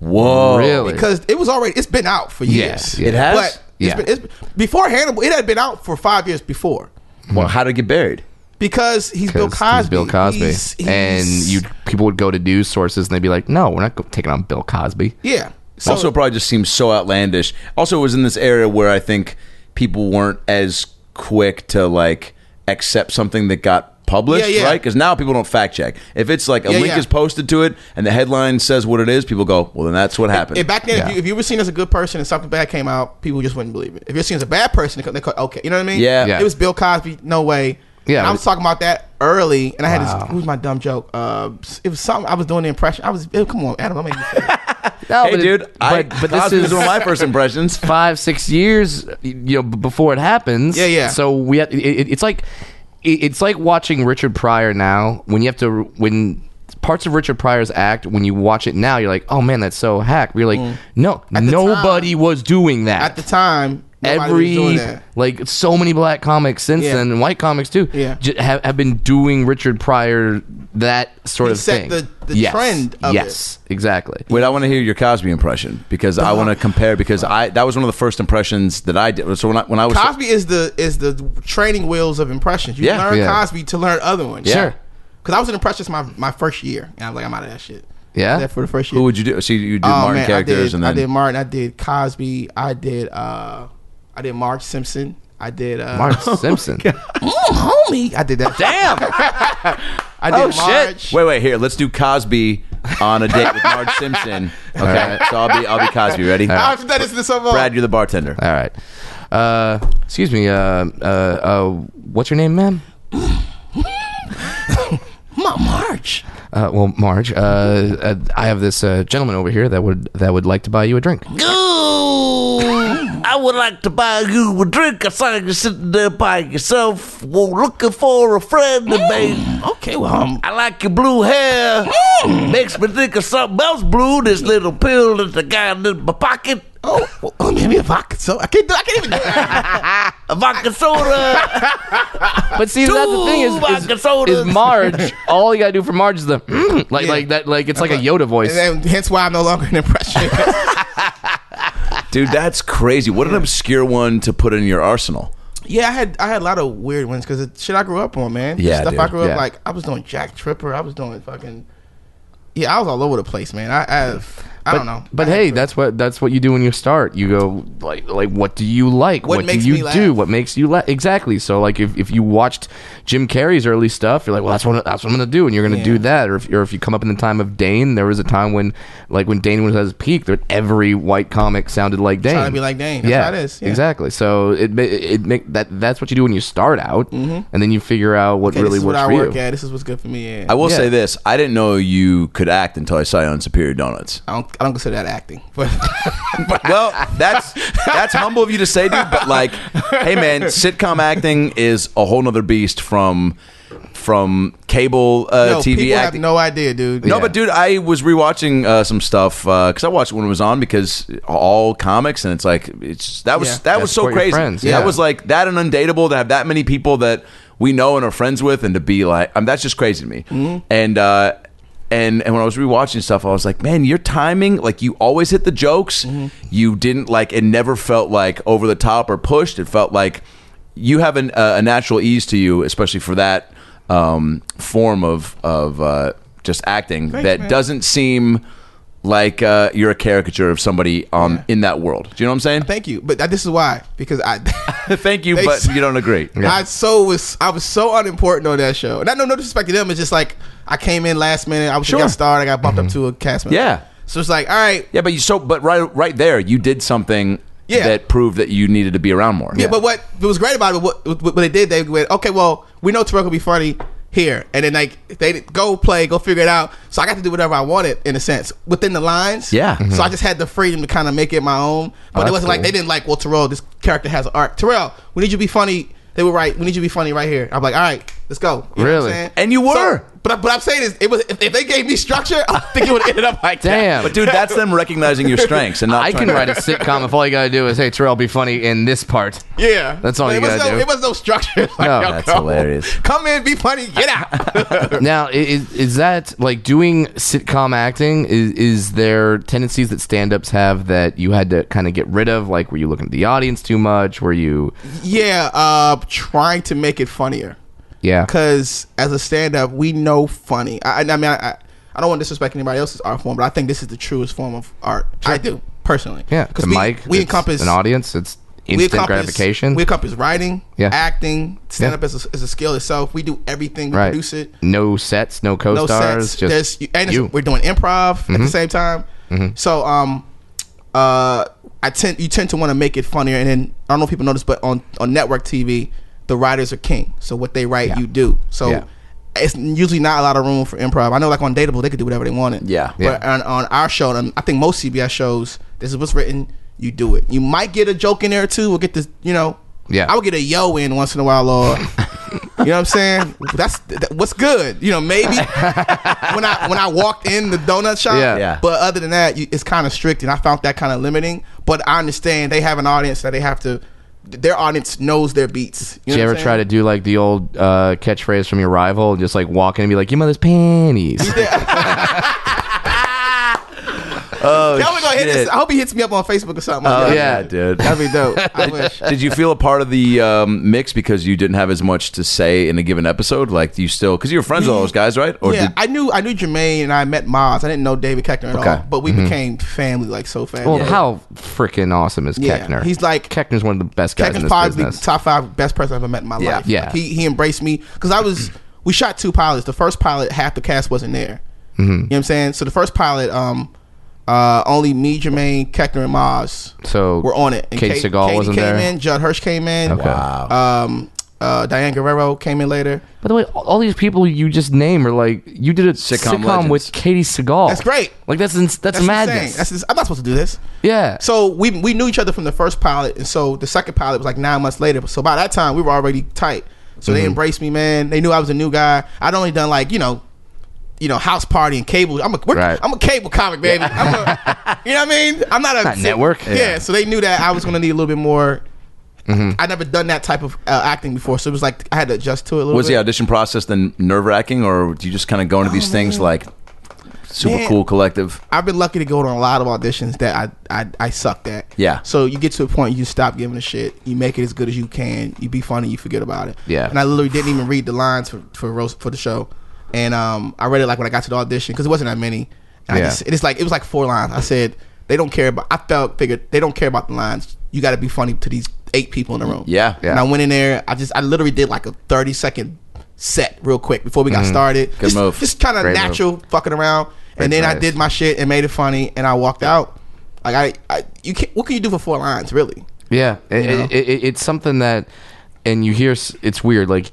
S1: Whoa.
S4: Really?
S3: because it was already it's been out for years.
S1: It has?
S3: But
S4: Yeah.
S3: it's been, it's, before Hannibal, it had been out for five years before
S1: Well, how did it get buried?
S3: because he's Bill
S4: 'Cause he's
S3: Cosby.
S4: Bill Cosby.
S3: He's-
S4: and
S3: he's-
S4: you people would go to news sources and they'd be like, no, we're not go- taking on Bill Cosby.
S3: yeah. So
S1: also, it probably just seems so outlandish. Also, it was in this area where I think people weren't as quick to like accept something that got published,
S3: Yeah, yeah.
S1: right? Because now people don't fact check. If it's like a
S3: Yeah,
S1: link
S3: yeah.
S1: is posted to it and the headline says what it is, people go, "Well, then that's what happened."
S3: And back then,
S4: Yeah.
S3: if, you, if you were seen as a good person and something bad came out, people just wouldn't believe it. If you're seen as a bad person, they call, okay, you know what I mean?
S1: Yeah. Yeah.
S3: It was Bill Cosby, no way.
S4: Yeah,
S3: And I
S4: but-
S3: was talking about that early, and I had
S4: Wow.
S3: this. What was my dumb joke? Uh, it was something I was doing the impression. I was, oh, come on, Adam, I'm making
S4: *laughs* No,
S1: hey,
S4: but it-
S1: dude, I,
S4: but, but this
S1: Cosby was
S4: is
S1: one of my first
S3: *laughs*
S1: impressions.
S4: five six years you know b- before it happens
S3: Yeah, yeah.
S4: so we have, it, it- it's like it, it's like watching richard pryor now when you have to when parts of richard pryor's act when you watch it now you're like oh man that's so hack you're like
S3: Mm.
S4: no nobody was doing that
S3: At the time, nobody
S4: every
S3: was doing that.
S4: like so many black comics since
S3: Yeah.
S4: then and white comics too
S3: Yeah.
S4: ju- have, have been doing richard pryor that sort
S3: He
S4: of
S3: set
S4: thing
S3: the- the trend of it.
S4: yes exactly
S1: Wait, I want to hear your Cosby impression because I want to compare because I that was one of the first impressions that I did. So when I, when I was
S3: Cosby is the is the training wheels of impressions. You
S1: Yeah.
S3: learn
S4: Yeah.
S3: Cosby to learn other ones.
S1: Yeah. Sure.
S3: Because I was an impressionist my my first year, and I was like, I'm out of that shit.
S4: Yeah?
S3: That for the first year.
S1: who would you do? So you do
S3: Oh,
S1: Martin
S3: man, I
S1: characters
S3: did,
S1: and then
S3: I did Martin. I did Cosby. I did uh, I did Mark Simpson. I did uh, *laughs*
S4: mark simpson
S3: Mm, homie. I did that.
S1: damn.
S3: I did
S4: Oh,
S3: Marge.
S1: Wait, wait, here. Let's do Cosby on a date with Marge Simpson.
S3: *laughs*
S1: Okay, so I'll be I'll be Cosby. Ready?
S3: I've done this in so long.
S1: Brad, you're the bartender.
S4: All right. Uh, excuse me. Uh, uh, uh, what's your name, ma'am?
S3: Ma- Marge.
S4: Uh, well, Marge. Uh, uh, I have this uh, gentleman over here that would that would like to buy you a drink.
S5: *laughs* I would like to buy you a drink. I saw you sitting there by yourself, well, looking for a friend to make.
S3: Okay, well, um,
S5: I like your blue hair. Makes me think of something else blue. This little pill that the guy in my pocket.
S3: oh, well, oh, maybe if I could, so I can't do. I can't even do that.
S5: A
S4: *laughs*
S5: vodka soda.
S4: But see, that's the thing
S5: Two vodka
S4: is, is,
S5: sodas.
S4: is Marge. All you gotta do for Marge is the *clears throat* like like that like it's like a Yoda voice.
S3: and then, hence why I'm no longer an impressionist.
S1: Dude, that's crazy. What an obscure one to put in your arsenal.
S3: *laughs* yeah, I had I had a lot of weird ones because it's shit I grew up on, man.
S1: Yeah,
S3: stuff
S1: dude.
S3: I grew up
S4: Yeah.
S3: like. I was doing Jack Tripper. I was doing fucking. Yeah, I was all over the place, man. I, I I don't know.
S4: But
S3: I-
S4: hey, that's what that's what you do when you start. You go like like what do you like?
S3: What makes
S4: do you
S3: me laugh?
S4: do? What makes you laugh? Exactly. So like if, if you watched Jim Carrey's early stuff, you're like, well, that's what that's what I'm gonna do, and you're gonna do that. Or if or if you come up in the time of Dane, there was a time when like when Dane was at his peak, that every white comic sounded like Dane.
S3: Trying to be like Dane. That's
S4: yeah,
S3: how it is. Yeah.
S4: exactly. So it ma- it make that that's what you do when you start out, and then you figure out what
S3: Mm-hmm. Okay, this
S4: really
S3: is what
S4: works
S3: I
S4: for
S3: work
S4: you.
S3: at. This is what's good for me. Yeah.
S1: I will
S4: Yeah.
S1: say this: I didn't know you could act until I saw you on Superior
S3: *laughs*
S1: Donuts.
S3: I don't, I don't consider that acting, *laughs* but
S1: well, that's that's humble of you to say, dude. But like, hey, man, sitcom acting is a whole nother beast from from cable uh,
S3: no,
S1: TV
S3: people
S1: acting.
S3: have no idea, dude.
S1: No, but dude, I was rewatching uh, some stuff because I watched it when it was on because all comics and it's like it's that was
S3: Yeah.
S1: that
S4: Yeah,
S1: was so
S4: support your
S1: crazy.
S4: friends, yeah.
S1: That was like that and undateable to have that many people that we know and are friends with and to be like um, that's just crazy to me. And uh, and and when I was rewatching stuff, I was like, man, your timing like you always hit the jokes. You didn't like it never felt like over the top or pushed. It felt like you have an, uh, a natural ease to you, especially for that um, form of of uh, just acting that doesn't seem like uh, you're a caricature of somebody um, in that world. Do you know what I'm saying?
S3: Thank you, but that, this is why because
S1: *laughs*
S3: I, *laughs*
S1: Thank you,
S3: They-
S1: but you don't agree.
S3: I so was I was so unimportant on that show. And I know no disrespect to them. It's just like I came in last minute. I was
S1: Sure. Mm-hmm.
S3: got starred. I got bumped up to a cast member.
S1: Yeah.
S3: So it's like, all right,
S1: Yeah, but you so but right right there you did something
S3: Yeah.
S1: that proved that you needed to be around more.
S3: Yeah, but what it was great about it, what, what, what they did, they went, okay, well, we know Terrell can be funny here, and then like they did- go play, go figure it out. So I got to do whatever I wanted in a sense within the lines.
S1: Yeah.
S3: So I just had the freedom to kind of make it my own. But it
S4: Mm-hmm. Oh, that's
S3: wasn't like
S4: cool.
S3: they didn't like, well, Terrell, this character has an arc. Terrell, we need you to be funny. They were right. We need you to be funny right here. I'm like, all right, let's go. You know what I'm
S4: Really?
S3: saying?
S1: And you
S3: So-
S1: were.
S3: but I, but I'm saying is, it was if, if they gave me structure, I think it would have ended up like
S4: Damn.
S3: that.
S1: But dude, that's them recognizing your strengths and not.
S4: I
S1: trying
S4: can
S1: to-
S3: *laughs*
S4: write a sitcom if all you gotta do is hey Terrell, be funny in this part.
S3: Yeah,
S4: That's all
S3: But
S4: you
S3: it was
S4: gotta
S3: no,
S4: do.
S3: It was no structure. *laughs* Like,
S4: No.
S3: yo,
S1: That's
S3: come-
S1: hilarious.
S3: Come in, be funny, get
S4: *laughs*
S3: out.
S4: now i- is, is that like doing sitcom acting is, is there tendencies that stand-ups have that you had to kind of get rid of like were you looking at the audience too much were you
S3: Yeah, uh, trying to make it funnier.
S4: yeah
S3: Because as a stand up, we know funny. I, I mean, I, I, I don't want to disrespect anybody else's art form, but I think this is the truest form of art. I do, personally.
S4: yeah
S3: Because
S4: the
S3: we,
S4: mic
S3: we
S4: it's
S3: encompass
S4: an audience it's
S3: we
S4: instant
S3: encompass-
S4: gratification
S3: We encompass writing,
S4: Yeah.
S3: acting, stand
S4: Yeah.
S3: up is, a, is a skill itself. We do everything, we
S4: right
S3: produce it.
S4: no sets no
S3: no
S4: co-stars
S3: sets.
S4: just
S3: There's, and it's-
S4: you. Mm-hmm.
S3: we're doing improv at the same time. So um, uh, I tend you tend to want to make it funnier, and then I don't know if people notice, but on on network TV, the writers are king. So what they write, you do. So.
S4: Yeah.
S3: It's usually not a lot of room for improv. I know, like on Dateable, they could do whatever they wanted.
S1: Yeah.
S3: But on, on our show, and I think most CBS shows, this is what's written. You do it. You might get a joke in there too. We'll get this. You know.
S4: Yeah.
S3: I would get a yo in once in a while, or you know what I'm saying? That's that, what's good. You know,
S4: *laughs*
S3: maybe when I when I walked in the donut shop.
S4: Yeah. Yeah.
S3: But other than that, you, it's kind of strict, and I found that kind of limiting. But I understand they have an audience that they have to. Their audience knows their beats.
S4: did you ever try to do like the old uh, catchphrase from your rival, just like walk in and be like, "Your mother's panties"?
S3: *laughs*
S1: Oh,
S3: Y'all gonna hit
S1: shit.
S3: this. I hope he hits me up on Facebook or something.
S1: Oh,
S4: Yeah.
S1: yeah, dude.
S3: That'd be dope.
S4: *laughs*
S3: I wish.
S1: Did you feel a part of the um, mix because you didn't have as much to say in a given episode? Like, do you still because you were friends with all those guys, right? Or
S3: yeah,
S1: did,
S3: I knew I knew Jermaine and I met Miles. I didn't know David Keckner at
S1: Okay.
S3: all, but we
S4: Mm-hmm.
S3: became family like so fast.
S4: Well, how freaking awesome is
S3: Yeah,
S4: Keckner?
S3: he's like-
S4: Keckner's one of the best guys
S3: Keckner's
S4: in this
S3: probably
S4: business.
S3: the top five best person I've ever met in my
S1: Yeah.
S3: life.
S4: Yeah.
S3: Like, he he embraced me because I was we shot two pilots. The first pilot, half the cast wasn't there.
S4: Mm-hmm.
S3: You know what I'm saying? So the first pilot, um, uh, only me, Jermaine, Keckner, and Maz
S4: So
S3: were on it.
S4: Kate Segal
S3: Katie
S4: wasn't
S3: came
S4: there?
S3: in. Judd Hirsch came in.
S4: Okay. Wow.
S3: Um, uh, Diane Guerrero came in later.
S4: By the way, all all these people you just name are like you did a
S1: Sitcom
S4: sitcom,
S1: legends.
S4: with Katie Segal.
S3: That's great.
S4: Like that's ins- that's,
S3: That's
S4: madness.
S3: insane. That's just, I'm not supposed to do this.
S4: yeah.
S3: So we we knew each other from the first pilot, and so the second pilot was like nine months later. So by that time, we were already tight. So they embraced me, man. They knew I was a new guy. I'd only done like you know, you know, house party and cable. I'm a we're-
S4: Right.
S3: I'm a cable comic, baby. I'm a, you know what I mean? I'm not a
S4: Not network.
S3: Yeah.
S4: Yeah.
S3: So they knew that I was gonna need a little bit more. I never done that type of uh, acting before, so it was like I had to adjust to it a little
S1: was
S3: bit.
S1: the audition process then nerve wracking, or do you just kind of go into these things like super
S3: Man.
S1: cool collective?
S3: I've been lucky to go to a lot of auditions that I, I I sucked at.
S1: Yeah.
S3: So you get to a point you stop giving a shit. You make it as good as you can. You be funny. You forget about it.
S4: Yeah.
S3: And I literally didn't even read the lines for for Rose for the show, and um I read it like when I got to the audition because it wasn't that many. And I
S4: Yeah.
S3: just, it's like it was like four lines. I said they don't care about. I felt figured they don't care about the lines. You got to be funny to these eight people in the room.
S1: Yeah.
S3: And I went in there. I just I literally did like a thirty second set real quick before we got started. Good just,
S1: Mm-hmm. move.
S3: Just kind of
S4: Great
S3: natural fucking around. and then I
S4: choice.
S3: did my shit and made it funny and I walked out. Like I, I you can not what can you do for four lines really?
S4: Yeah, it, it, it, it's something that, and you hear s- it's weird. Like,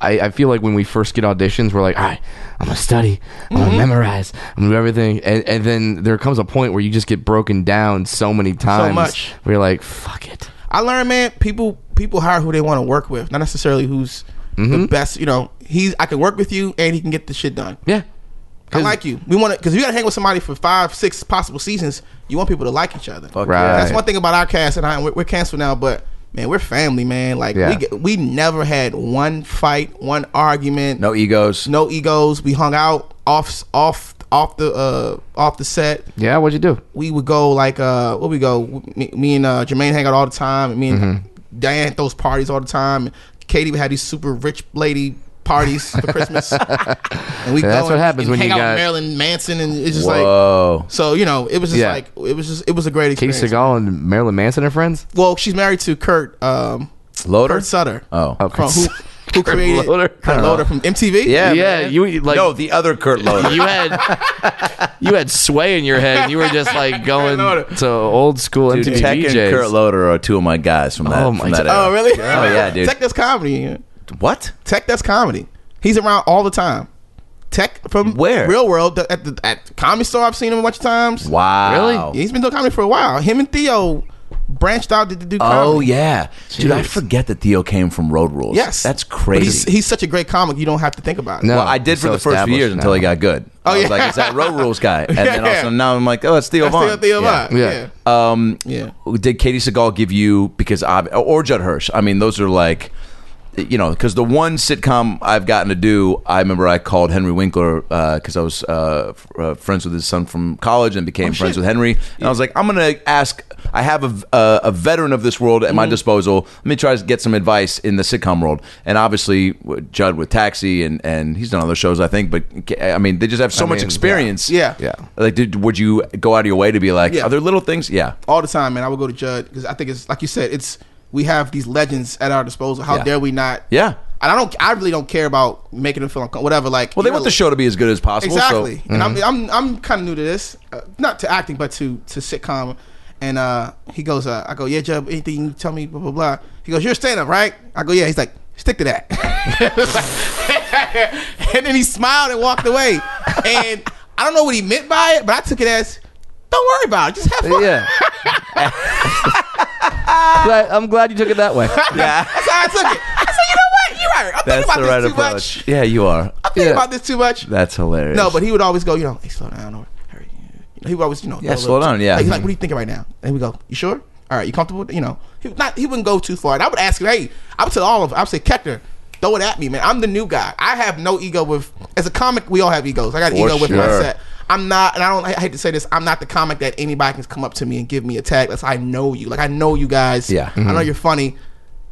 S4: I, I feel like when we first get auditions, we're like, all right, I'm gonna study, I'm
S3: Mm-hmm.
S4: gonna memorize, I'm gonna do everything, and, and then there comes a point where you just get broken down so many times.
S3: much.
S4: We're like, fuck it.
S3: I learned, man, people people hire who they want to work with, not necessarily who's
S4: Mm-hmm.
S3: the best. You know, he's I can work with you and he can get the shit done.
S4: Yeah,
S3: I like you. We want to because you got to hang with somebody for five, six possible seasons. You want people to like each other.
S4: yeah.
S3: That's
S4: Right.
S3: one thing about our cast, and I, we're, we're canceled now. But man, we're family, man. Like
S4: Yeah.
S3: we get, we never had one fight, one argument,
S1: No egos.
S3: no egos. We hung out off off off the uh off the set
S4: yeah. What'd you do?
S3: we would go like uh where we go me, me and uh Jermaine hang out all the time and me and
S4: Mm-hmm.
S3: Diane had those parties all the time and Katie would have these super rich lady parties for
S4: *laughs*
S3: Christmas and we
S4: Yeah, that's what happens
S3: and
S4: when
S3: hang
S4: you
S3: out
S4: got-
S3: with Marilyn Manson and it's just
S1: Whoa.
S3: like so you know it was just
S4: Yeah.
S3: like it was just it was a great
S4: Katie
S3: experience
S4: Seagal and Marilyn Manson are friends.
S3: well she's married to Kurt um
S1: Loader?
S3: Kurt Sutter
S1: Oh.
S3: from
S4: *laughs*
S3: who, who created
S4: Loader?
S3: Kurt Loader from MTV
S1: Yeah.
S4: yeah,
S1: man.
S4: you like
S1: no, the other Kurt Loader.
S4: you had you had sway in your head. And you were
S3: *laughs*
S4: just like going to old school
S1: Dude,
S4: MTV
S1: Tech and
S4: DJs.
S1: Kurt Loader are two of my guys from that.
S4: Oh, my
S1: from that
S4: God.
S1: era.
S3: oh really
S1: Oh
S3: *laughs*
S1: yeah, dude.
S3: Tech does comedy
S1: what?
S3: Tech, that's comedy. He's around all the time. Tech from
S1: Where?
S3: Real World th- at the at the comedy store. I've seen him a bunch of times.
S1: Wow.
S3: he's been doing comedy for a while. Him and Theo branched out to, to do comedy.
S1: Oh yeah, dude. I
S4: Jeez.
S1: forget that Theo came from Road Rules.
S3: yes,
S1: that's
S3: But he's,
S1: crazy.
S3: he's such a great comic. You don't have to think about it.
S4: No,
S1: well, I did
S4: Oh,
S1: for
S4: he's so
S1: the first few
S4: established
S1: years until he
S4: now.
S1: got good. I was
S3: Oh, yeah.
S1: like, is that Road Rules
S3: *laughs*
S1: guy? And then
S3: Yeah.
S1: also now I'm like, oh, it's Theo
S3: that's
S1: Von.
S3: Theo, Theo
S1: Yeah.
S3: Von.
S4: Yeah.
S3: Yeah.
S1: Um,
S3: Yeah.
S1: Did Katie Seagal give you because I or Judd Hirsch? I mean, those are like, you know, because the one sitcom I've gotten to do, I remember I called Henry Winkler because I was uh, f- uh, friends with his son from college and became friends with Henry, and I was like, I'm gonna ask. I have a, v- uh, a veteran of this world at my disposal. Let me try to get some advice in the sitcom world. And obviously, w- Judd with Taxi, and and he's done other shows, I think. But K- I mean, they just have so much
S4: mean, yeah.
S1: experience.
S3: Yeah.
S4: Yeah.
S1: Like, did, would you go out of your way to be like,
S3: Yeah.
S1: are there little things? Yeah.
S3: all the time, man. I would go to Judd because I think it's like you said. It's we have these legends at our disposal. How
S1: Yeah.
S3: dare we not?
S1: Yeah.
S3: And I don't. I really don't care about making them feel uncomfortable. Whatever. Like
S1: Well, they
S3: you're
S1: want
S3: a-
S1: the show to be as good as possible. *laughs*
S3: Exactly.
S1: So. Mm-hmm.
S3: And I'm, I'm, I'm kind of new to this, uh, not to acting, but to, to sitcom. And uh, he goes, uh, I go, yeah, Jeb, anything you tell me, blah, blah, blah. He goes, you're a stand up, right? I go, yeah. He's like, stick to that. *laughs* and then he smiled and walked away. And I don't know what he meant by it, but I took it as, don't worry about it. Just have fun. *laughs*
S4: Yeah. Glad- I'm glad you took it
S3: *laughs*
S4: that way.
S3: That's how I took it. I said, you know what? You're right. I'm
S1: That's the
S3: thinking about
S1: right
S3: this too
S1: approach.
S3: much.
S1: Yeah, you are.
S3: I'm thinking
S4: Yeah.
S3: about this too much.
S1: That's hilarious.
S3: No, but he would always go, you know, hey, slow down or hurry. You know, he would always, you know,
S1: Yeah,
S3: throw a
S1: slow
S3: little-
S1: down, yeah.
S3: Hey, he's like, what are you thinking right now? And we go, you sure? All right, you comfortable? You know, he would not he wouldn't go too far. And I would ask him, hey, I would tell all of, I would say, Keckner, throw it at me, man. I'm the new guy. I have no ego with as a comic. We all have egos. I got an
S1: For
S3: ego with my
S1: sure.
S3: set. I'm not, and I don't. I hate to say this. I'm not the comic that anybody can come up to me and give me a tag. That's I know you. Like I know you guys.
S1: Yeah. Mm-hmm.
S3: I know you're funny.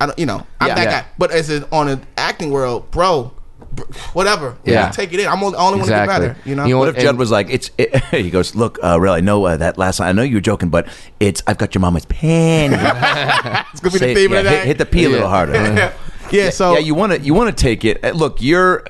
S3: I don't, you know, I'm
S1: Yeah.
S3: that
S1: Yeah.
S3: guy. But as an, on an acting world, bro, br- whatever.
S4: Yeah.
S3: take it in. I'm only, I only want to
S4: Exactly.
S3: get better. You know,
S4: You know
S1: What if Judd
S4: And-
S1: was like, "It's"? It, *laughs* he goes, "Look, uh, real. I know uh, that last. line- I know you were joking, but it's. I've got your mama's
S3: *laughs*
S1: pen.
S3: It's gonna be
S1: Say-
S3: the theme
S1: yeah,
S3: of that.
S1: hit, hit the P a little
S4: Yeah.
S1: harder.
S3: *laughs* yeah. yeah. So
S1: yeah, you want to. You want to take it. Uh, Look, you're.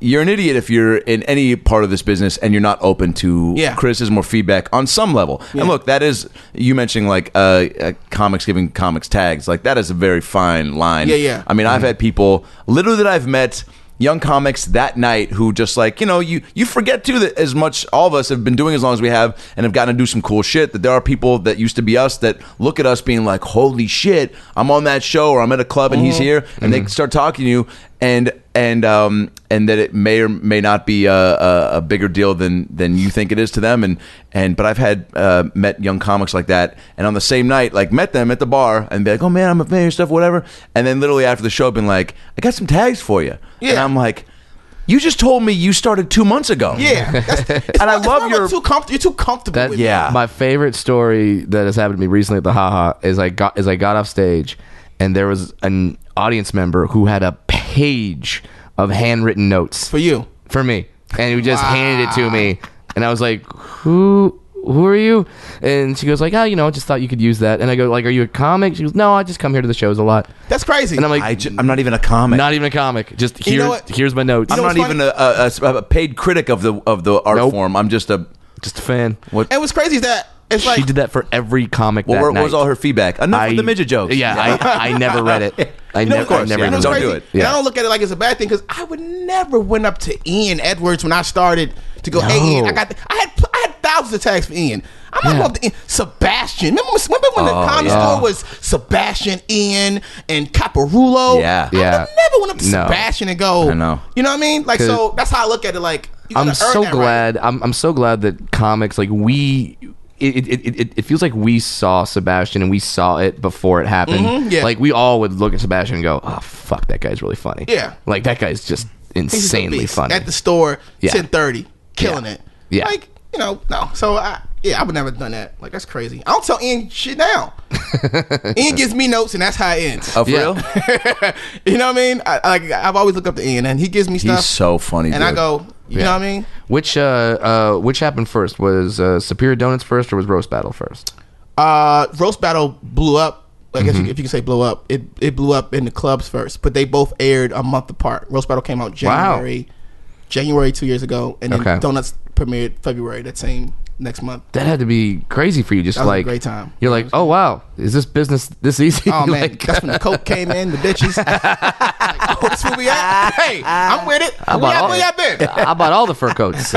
S1: You're an idiot if you're in any part of this business and you're not open to
S3: Yeah.
S1: criticism or feedback on some level. And look, that is you mentioning like uh, uh, comics giving comics tags. Like that is a very fine line.
S3: Yeah, yeah. Mm-hmm.
S1: I mean, I've had people literally that I've met young comics that night who just like you know you you forget too that as much all of us have been doing as long as we have and have gotten to do some cool shit that there are people that used to be us that look at us being like holy shit I'm on that show or I'm at a club and
S3: Mm-hmm.
S1: he's here and they start talking to you and and um and that it may or may not be a, a, a bigger deal than than you think it is to them and and but I've had uh, met young comics like that and on the same night like met them at the bar and be like oh man I'm a fan of your stuff whatever and then literally after the show been like I got some tags for you and
S3: Yeah.
S1: I'm like you just told me you started two months ago *laughs*
S3: yeah. That's, it's
S1: And I
S3: not- it's
S1: love
S3: not
S1: your-
S3: too comfortable. You're too comfortable.
S4: That
S3: with
S1: yeah.
S4: My favorite story that has happened to me recently at the haha is I got is I got off stage and there was an audience member who had a page of handwritten notes
S3: it. for you.
S4: for me and who just handed it to me And I was like, who? Who are you? And she goes like, oh, you know, I just thought you could use that. And I go like, are you a comic? She goes, no, I just come here to the shows a lot.
S3: That's crazy.
S4: And I'm like,
S1: I ju- I'm not even a comic.
S4: not e-, even a comic. Just here,
S3: You know what?
S4: here's my notes.
S3: You know
S1: I'm not
S3: what's
S1: even a, a, a, a paid critic of the of the art
S4: Nope.
S1: form. I'm just a.
S4: just a fan.
S1: What,
S3: and what's crazy is that it's
S4: she
S3: like
S4: did that for every comic.
S1: what,
S4: that
S1: were- what
S4: night.
S1: was all her feedback? Enough with the midget jokes.
S4: Yeah, I, I never read
S1: *laughs*
S4: it. I,
S1: No,
S4: never,
S1: of course,
S4: I never.
S1: yeah,
S4: even
S3: And
S1: no,
S3: it's
S4: looked
S1: don't
S4: at
S3: crazy.
S1: do it.
S3: And I
S4: Yeah.
S3: don't look at it like it's a bad thing because I would never went up to Ian Edwards when I started to go, hey,
S4: No.
S3: Ian, I got, I had, pl- I had thousands of tags for Ian. I'm not
S4: Yeah. Oh,
S3: going up to Ian. Sebastian. Remember, when- remember when the comedy
S1: yeah.
S3: store was Sebastian, Ian, and Caparulo?
S1: Yeah.
S3: I would
S4: Yeah.
S3: have never went up to
S4: No.
S3: Sebastian and go,
S1: I know.
S3: You know what I mean? Like, so that's how I look at it. Like, you gotta
S4: I'm
S3: earn
S4: so
S3: that right.
S4: glad. I'm, I'm so glad that comics like we. It, it, it- it, it feels like we saw Sebastian and we saw it before it happened.
S1: Mm-hmm.
S3: yeah.
S4: Like we all would look at Sebastian and go, "Oh fuck, that guy's really funny."
S3: Yeah.
S4: like that guy's just
S3: He's just a
S4: insanely
S3: beast.
S4: funny.
S3: At the store,
S4: Yeah.
S3: 1030, killing
S4: Yeah.
S3: it.
S4: Yeah.
S3: Like, you know, no. So, I, yeah, I would never have done that. Like, that's crazy. I don't tell Ian shit
S4: *laughs*
S3: now. Ian gives me notes, and that's how it ends.
S1: Oh, for
S4: Yeah. *laughs*
S1: real?
S3: *laughs* you know what I mean? I, I- like, I've always looked up to Ian, and he gives me stuff.
S1: He's so funny.
S3: and I
S1: dude.
S3: go, you
S4: Yeah.
S3: know what I mean?
S4: which uh, uh which happened first was uh, Superior Donuts first or was Roast Battle first?
S3: Uh, Roast Battle blew up. I guess
S4: Mm-hmm.
S3: if you can say blew up, it, it blew up in the clubs first, but they both aired a month apart. Roast Battle came out January, January two years ago, and then
S4: Okay.
S3: Donuts premiered February that same next month.
S4: That had to be crazy for you. Just
S3: That was a
S4: like
S3: great time.
S4: You're like, oh wow, is this business this
S3: *laughs*
S4: easy? *laughs*
S3: Oh man,
S4: Like,
S3: that's when the coke came in, the bitches. like, oh, this where we at? Hey, I'm with it. Where
S4: bought
S3: y'all,
S4: all
S3: where y'all been?
S4: *laughs* I bought all the fur
S3: *laughs*
S4: coats.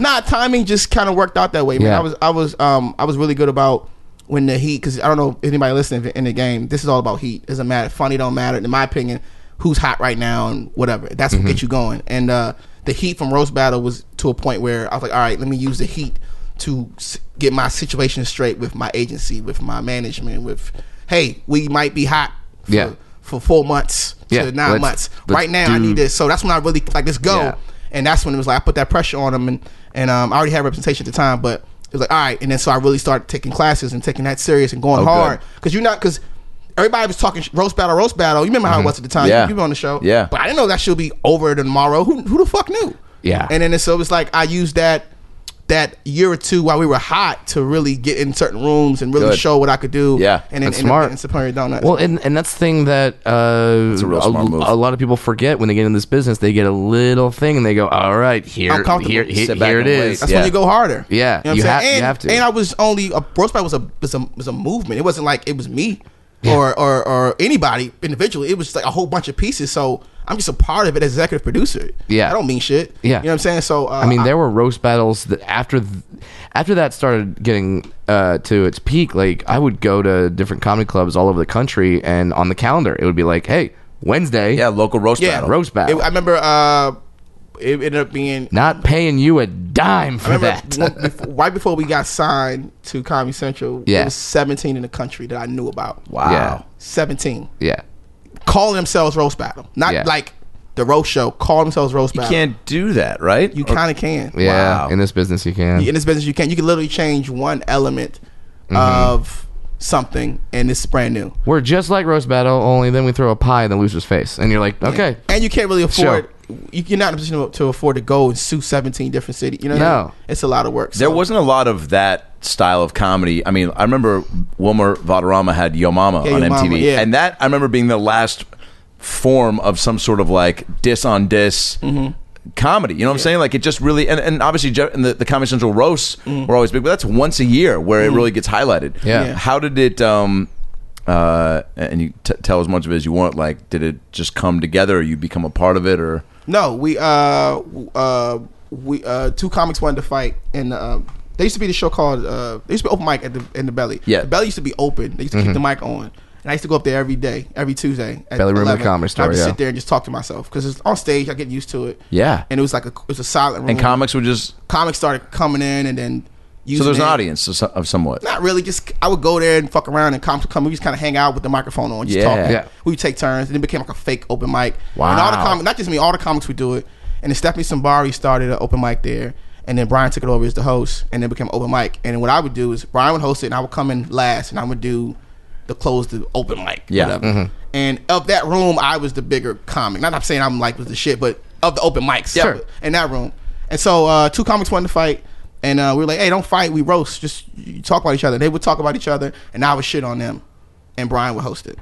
S3: Nah, timing just kind of worked out that way, man.
S4: Yeah.
S3: I was, I was, um, I was really good about when the heat, because I don't know if anybody listening in the game. This is all about heat. It doesn't matter. Funny don't matter. In my opinion, who's hot right now and whatever. That's
S4: Mm-hmm.
S3: what gets you going. And uh, the heat from roast battle was to a point where I was like, all right, let me use the heat to s- get my situation straight with my agency, with my management, with hey, we might be hot. For,
S4: Yeah.
S3: For four months
S4: Yeah,
S3: to 9
S4: let's-
S3: months.
S4: let's
S3: Right now, I
S4: do-
S3: need this. So that's when I really like let's go.
S4: Yeah.
S3: And that's when it was like I put that pressure on him, and and um, I already had representation at the time, but it was like all right. And then so I really started taking classes and taking that serious and going
S1: Oh,
S3: hard
S1: good.
S3: because you're not because everybody was talking sh- roast battle, roast battle. You remember how it was at the time?
S1: Mm-hmm. Yeah.
S3: You, you were on the show,
S1: Yeah.
S3: But I didn't know that should be over tomorrow. Who who the fuck knew?
S4: Yeah.
S3: And then so it was like I used that that year or two while we were hot to really get in certain rooms and really
S1: Good.
S3: show what I could do.
S1: Yeah.
S3: and then
S4: That's
S3: end up
S4: smart.
S3: getting Superior Donuts.
S4: Well, and, and that's the thing that uh,
S1: a real smart move.
S4: a lot of people forget when they get in this business. They get a little thing and they go, "All right, here,
S3: I'm comfortable.
S4: here, here,
S1: Sit back
S4: here it
S1: and wait.
S4: is."
S3: That's
S1: Yeah.
S3: when you go harder.
S4: Yeah,
S3: you, know what
S4: you
S3: I'm
S4: have-
S3: saying?
S4: you
S3: and,
S4: have to.
S3: And I was only a roast battle was a was a, was a movement. It wasn't like it was me or, or or anybody individually. It was just like a whole bunch of pieces. So I'm just a part of it as executive producer.
S4: Yeah.
S3: I don't mean shit.
S4: Yeah.
S3: you know what I'm saying. So uh,
S4: I mean, there were roast battles that after th- after that started getting uh, to its peak. Like I would go to different comedy clubs all over the country, and on the calendar it would be like, "Hey, Wednesday,
S1: Yeah, local roast
S3: yeah,
S1: battle.
S4: roast battle.
S3: It- I remember uh, it ended up being
S4: not paying you a dime
S3: I
S4: for
S3: remember
S4: that."
S3: one- before- right before we got signed to Comedy Central.
S4: Yeah.
S3: there was 17 in the country that I knew about.
S1: Wow.
S4: Yeah.
S3: 17
S4: *laughs* yeah,
S3: calling themselves roast battle, not
S4: Yeah.
S3: like the roast show. Call themselves roast
S1: You
S3: battle.
S1: can't do that, right?
S3: You kind of can.
S4: yeah.
S1: Wow.
S4: In this business, you can.
S3: In this business, you can. You can literally change one element
S4: Mm-hmm.
S3: of something, and it's brand new.
S4: We're just like roast battle, only then we throw a pie in the loser's face, and you're like, "Okay,
S3: And you can't really
S4: Sure.
S3: afford. you- You're not in a position to- to afford to go and sue 17 different cities. You know, what I
S4: No.
S3: mean? it's a lot of work.
S1: There
S3: so-
S1: wasn't a lot of that style of comedy. I mean, I remember Wilmer Valderrama had Yo Mama
S3: Yeah,
S1: on
S3: Yo
S1: MTV,
S3: Mama, yeah.
S1: and that I remember being the last form of some sort of like diss on diss.
S3: Mm-hmm.
S1: Comedy, you know what I'm saying? Like it just really, and, and obviously, Jeff, and the, the Comedy Central roasts
S3: Mm-hmm.
S1: were always big, but that's once a year where it really gets highlighted.
S4: Yeah. Yeah.
S1: How did it? um uh And you t- tell as much of it as you want. Like, did it just come together? Or you become a part of it, or
S3: No, we uh w- uh we uh two comics wanted to fight and uh, there used to be this show called uh there used to be open mic at the in the belly.
S1: Yeah.
S3: The belly used to be open. They used to keep the mic on. And I used to go up there every day, every Tuesday. At
S4: Mm-hmm. Belly Room and
S3: 11.
S4: Comedy
S3: And
S4: Store,
S3: I just
S4: yeah.
S3: sit there and just talk to myself because it's on stage. I get used to it.
S1: Yeah.
S3: And it was like a it's a silent room.
S1: and comics would just
S3: comics started coming in and then
S1: so
S3: using
S1: there's an
S3: it.
S1: audience of so- of somewhat.
S3: Not really. Just I would go there and fuck around, and comics would come. We just kind of hang out with the microphone on, just
S1: Yeah.
S3: talking.
S4: Yeah.
S3: We would take turns, and it became like a fake open mic.
S1: Wow.
S3: And all the comics, not just me, all the comics would do it. And then Stephanie Sambari started an open mic there, and then Brian took it over as the host, and then became open mic. And then what I would do is Brian would host it, and I would come in last, and I would do the close the open mic.
S1: Yeah.
S3: whatever. And of that room, I was the bigger comic. Not I'm saying I'm like was the shit, but of the open mics
S1: Sure.
S3: in that room. And so uh, two comics wanted to fight, and uh, we were like, "Hey, don't fight. We roast. Just you talk about each other." They would talk about each other, and I would shit on them, and Brian would host it.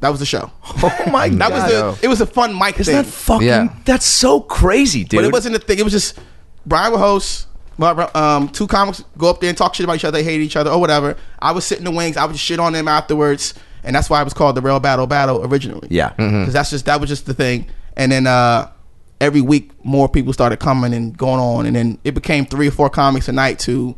S3: That was the show.
S1: Oh my
S3: *laughs* That
S1: god,
S3: was the. It was a fun mic
S1: Isn't
S3: thing,
S1: that fucking?
S4: Yeah.
S1: That's so crazy, dude.
S3: but it wasn't a thing. It was just Brian would host. but, Um, two comics go up there and talk shit about each other, hate each other, or whatever. I would sit in the wings. I would just shit on them afterwards, and that's why it was called the Real Battle Battle originally.
S1: Yeah.
S3: because that's just that was just the thing. And then uh, every week, more people started coming and going on, and then it became three or four comics a night to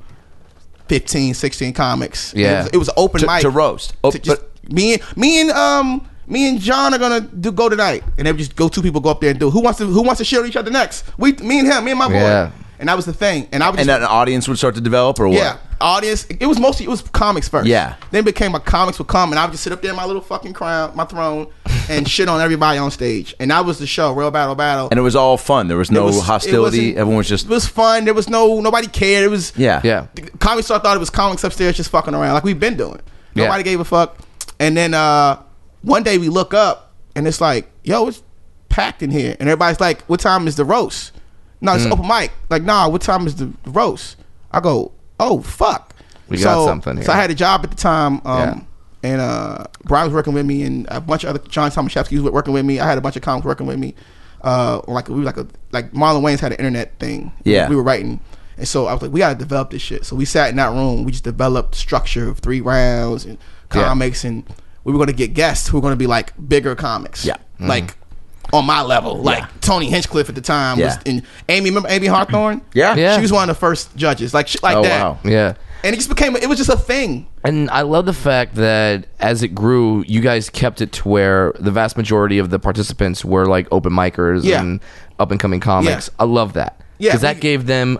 S3: 15, 16 comics. And
S4: Yeah.
S3: it was, it was open
S1: To-
S3: mic
S1: to roast. Oh,
S3: to just, me and me and um me and John are gonna do go tonight, and they would just go two people go up there and do who wants to who wants to shit on each other next. We me and him, me and my boy,
S4: Yeah.
S3: and that was the thing. And I was
S1: and
S3: just,
S1: then an audience would start to develop, or what?
S3: yeah audience. It was mostly it was comics first.
S1: Yeah.
S3: then it became a comics would come, and I would just sit up there in my little fucking crown, my
S1: *laughs*
S3: throne, and shit on everybody on stage. And that was the show, real battle battle.
S1: And it was all fun. There was
S3: It
S1: no
S3: was- it
S1: hostility.
S3: wasn't-
S1: Everyone was just
S3: it was fun. There was no nobody cared. It was
S1: yeah,
S4: Yeah.
S3: the Comedy Store thought it was comics upstairs just fucking around, like we've been doing.
S4: Yeah.
S3: Nobody gave a fuck. And then uh, one day we look up and it's like, yo, it's packed in here. And everybody's like, what time is the roast? No,
S4: Mm.
S3: it's open mic. Like, nah, what time is the roast? I go, oh, fuck.
S4: We got something here.
S3: So I had a job at the time. Um,
S4: Yeah.
S3: And uh, Brian was working with me, and a bunch of other John Tomaszewski was working with me. I had a bunch of comics working with me. Uh, like we were like a like Marlon Wayne's had an internet thing.
S1: Yeah.
S3: we were writing, and so I was like, we gotta develop this shit. So we sat in that room. We just developed structure of three rounds and
S4: Yeah.
S3: comics, and we were gonna get guests who were gonna be like bigger comics.
S1: Yeah. Mm-hmm.
S3: like on my level, like Tony Hinchcliffe at the time was
S1: Yeah.
S3: in Amy. Remember Amy Hawthorne?
S1: Yeah.
S4: Yeah.
S3: she was one of the first judges. Like shit like
S1: Oh,
S3: that.
S1: wow.
S4: Yeah.
S3: And it just became it was just a thing.
S4: And I love the fact that as it grew, you guys kept it to where the vast majority of the participants were like open micers
S3: Yeah.
S4: and up and coming comics. I love that.
S3: Yeah,
S4: Because that
S3: we-
S4: gave them.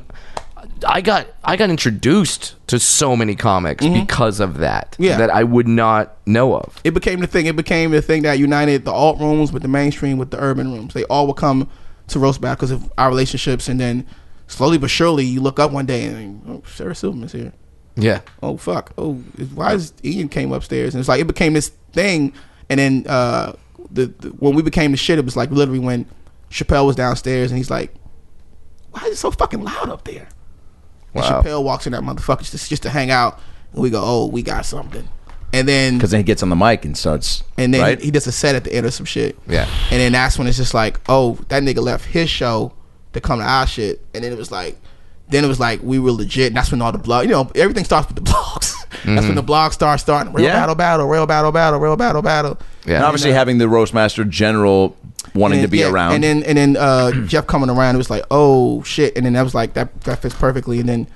S4: I got I got introduced to so many comics because of that
S3: Mm-hmm. Yeah.
S4: that I would not know of.
S3: it became the thing. It became the thing that united the alt rooms with the mainstream with the urban rooms. They all would come to roast battle because of our relationships, and then slowly but surely, you look up one day and oh, Sarah Silverman's here.
S4: Yeah.
S3: Oh fuck! Oh, why is Ian came upstairs? And it's like it became this thing, and then uh, the, the when we became the shit, it was like literally when Chappelle was downstairs, and he's like, "Why is it so fucking loud up there?" And
S4: Wow.
S3: Chappelle walks in that motherfucker just just to hang out, and we go, "Oh, we got something." And then
S1: Because then he gets on the mic and starts.
S3: and then
S1: right?
S3: he does a set at the end or some shit.
S4: Yeah.
S3: And then that's when it's just like, oh, that nigga left his show to come to our shit. And then it was like, then it was like we were legit. And that's when all the blog, you know, everything starts with the blogs. *laughs* That's when the blogs start starting. Real
S1: Mm-hmm. Yeah.
S3: battle, battle, real battle, battle, real battle, battle.
S1: and
S4: Yeah.
S1: obviously having the roastmaster general wanting
S3: And
S1: to be
S3: yeah,
S1: around.
S3: And then and then uh, *clears throat* Jeff coming around, it was like, oh shit. And then that was like that that fits perfectly. And then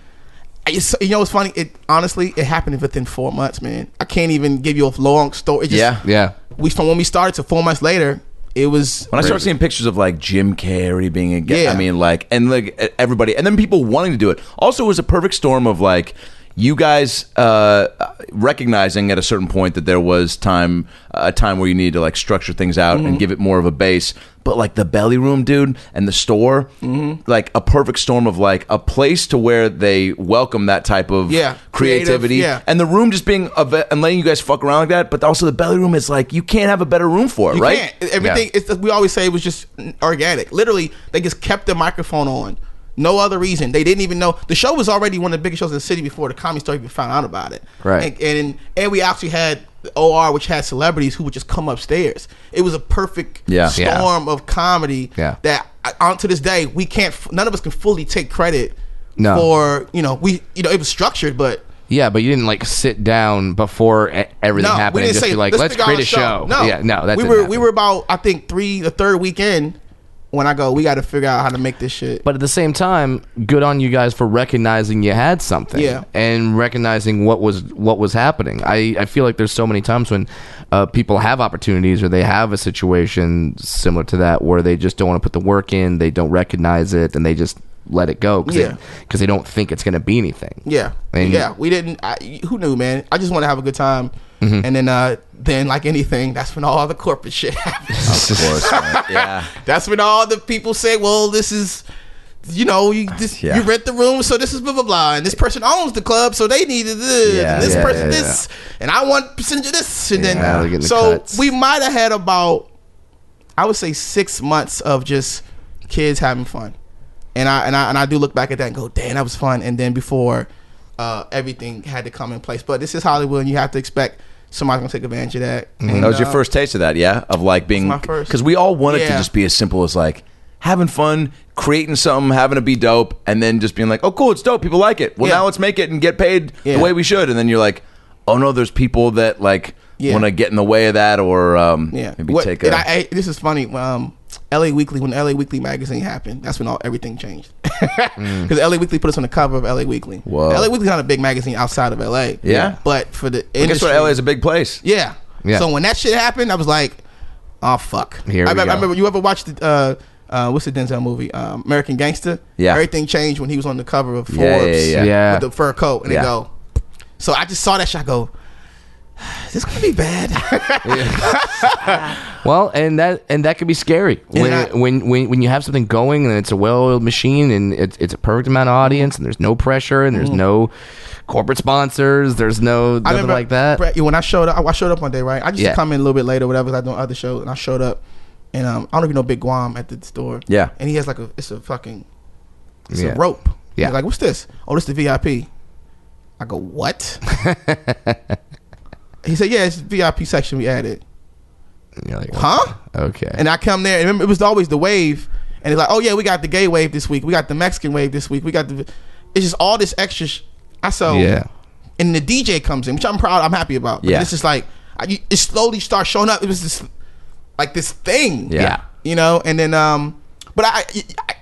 S3: it's, you know what's funny? It honestly it happened within four months, man. I can't even give you a long story. It just,
S1: Yeah.
S4: Yeah.
S3: we from when we started to four months later, it was
S1: when I started seeing pictures of like Jim Carrey being a guy,
S3: Yeah.
S1: I mean, like, and like e, everybody, and then people wanting to do it. Also, it was a perfect storm of like you guys uh, recognizing at a certain point that there was time a time where you needed to like structure things out
S3: Mm-hmm.
S1: and give it more of a base. But like the belly room, dude, and the store,
S3: Mm-hmm.
S1: like a perfect storm of like a place to where they welcome that type of
S3: Yeah.
S1: creativity,
S3: Creative, yeah.
S1: and the room just being a ve- and letting you guys fuck around like that. But also the belly room is like you can't have a better room for it,
S3: you
S1: right?
S3: can't. Everything it's, we always say it was just organic. Literally, they just kept the microphone on. No other reason. They didn't even know the show was already one of the biggest shows in the city before the comedy store even found out about it.
S4: Right.
S3: And and, and we actually had the OR, which had celebrities who would just come upstairs. It was a perfect
S1: Yeah.
S3: storm
S4: Yeah.
S3: of comedy
S4: Yeah.
S3: that uh, on to this day we can't. f- None of us can fully take credit
S4: No.
S3: for you know we you know it was structured, but
S4: Yeah, but you didn't like sit down before e- everything happened and just be like, let's,
S3: figure out
S4: create a show.
S3: No,
S4: Yeah, no, that
S3: we
S4: didn't
S3: were we
S4: happen.
S3: were about I think three the third weekend when I go we got to figure out how to make this shit.
S4: But at the same time, good on you guys for recognizing you had something
S3: Yeah.
S4: and recognizing what was what was happening. I, I feel like there's so many times when uh, people have opportunities or they have a situation similar to that where they just don't want to put the work in, they don't recognize it, and they just let it go because
S3: Yeah.
S4: they, don't think it's going to be anything.
S3: yeah,
S4: And-
S3: yeah, we didn't. I, who knew, man? I just want to have a good time.
S4: Mm-hmm.
S3: And then, uh, then like anything, that's when all the corporate shit *laughs* happens.
S1: Of course, man.
S3: *laughs*
S1: yeah.
S3: that's when all the people say, "Well, this is." You know, you this,
S1: Yeah.
S3: you rent the room, so this is blah blah blah, and this person owns the club, so they needed this,
S1: Yeah,
S3: and this
S1: yeah,
S3: person
S4: yeah,
S3: this, and I want percentage of this, and
S4: Yeah, they're
S3: then
S4: getting the
S3: so
S4: cuts.
S3: we might have had about I would say six months of just kids having fun. and I and I and I do look back at that and go, damn, that was fun. And then before uh, everything had to come in place, but this is Hollywood, and you have to expect somebody's gonna take advantage of that. And,
S1: Mm-hmm. That was your
S3: uh,
S1: first taste of that, yeah? Of like being.
S3: my first.
S1: Because we all want it to
S3: Yeah.
S1: just be as simple as like having fun, creating something, having it be dope, and then just being like, oh, cool, it's dope. People like it. Well,
S3: Yeah.
S1: now let's make it and get paid
S3: Yeah.
S1: the way we should. And then you're like, oh, no, there's people that like
S3: Yeah.
S1: want to get in the way of that or um,
S3: Yeah,
S1: maybe
S3: What-
S1: take
S3: and
S1: a.
S3: I- I- this is funny. Um, LA Weekly, when LA Weekly magazine happened, that's when all everything changed. *laughs* Because LA Weekly put us on the cover of LA Weekly.
S1: Mm. Whoa.
S3: LA Weekly's not a big magazine outside of LA.
S1: Yeah.
S3: but for the
S1: I guess
S3: industry,
S1: what? LA is a big place.
S3: Yeah.
S4: Yeah.
S3: So when that shit happened, I was like, oh fuck.
S4: Here
S3: I,
S4: we
S3: remember, I
S4: go.
S3: remember you ever watched the, uh, uh, what's the Denzel movie? Um, American Gangster.
S1: Yeah.
S3: Everything changed when he was on the cover of Forbes
S1: Yeah, yeah, yeah.
S4: Yeah.
S3: with the fur coat and
S1: Yeah.
S3: they go. So I just saw that shit. I go, is this gonna be bad?
S4: Well, and that and that could be scary when,
S3: I-
S4: when when when you have something going and it's a well-oiled machine and it's it's a perfect amount of audience and there's no pressure and there's no corporate sponsors, there's no
S3: Mm. I
S4: nothing like that.
S3: Brett, when I showed up, I showed up one day, right? I just
S4: Yeah.
S3: come in a little bit later, whatever. 'cause I doing other shows, and I showed up, and um, I don't even know Big Guam at the store.
S1: Yeah.
S3: and he has like a, it's a fucking, it's
S4: Yeah.
S3: a rope.
S4: Yeah.
S3: He's like what's this? Oh, this the VIP. I go
S4: *laughs*
S3: what? he said, yeah, it's VIP section we added.
S4: And you're like,
S3: Huh?
S4: Okay.
S3: And I come there, and remember, it was always the wave, and it's like, oh yeah, we got the gay wave this week, we got the Mexican wave this week, we got the, it's just all this extra. Sh- I so
S4: Yeah.
S3: and the DJ comes in, which I'm proud, I'm happy about. But
S1: Yeah.
S3: it's just like I, you- it slowly starts showing up. It was this like this thing,
S1: Yeah.
S3: you know. And then, um, but I, I- I-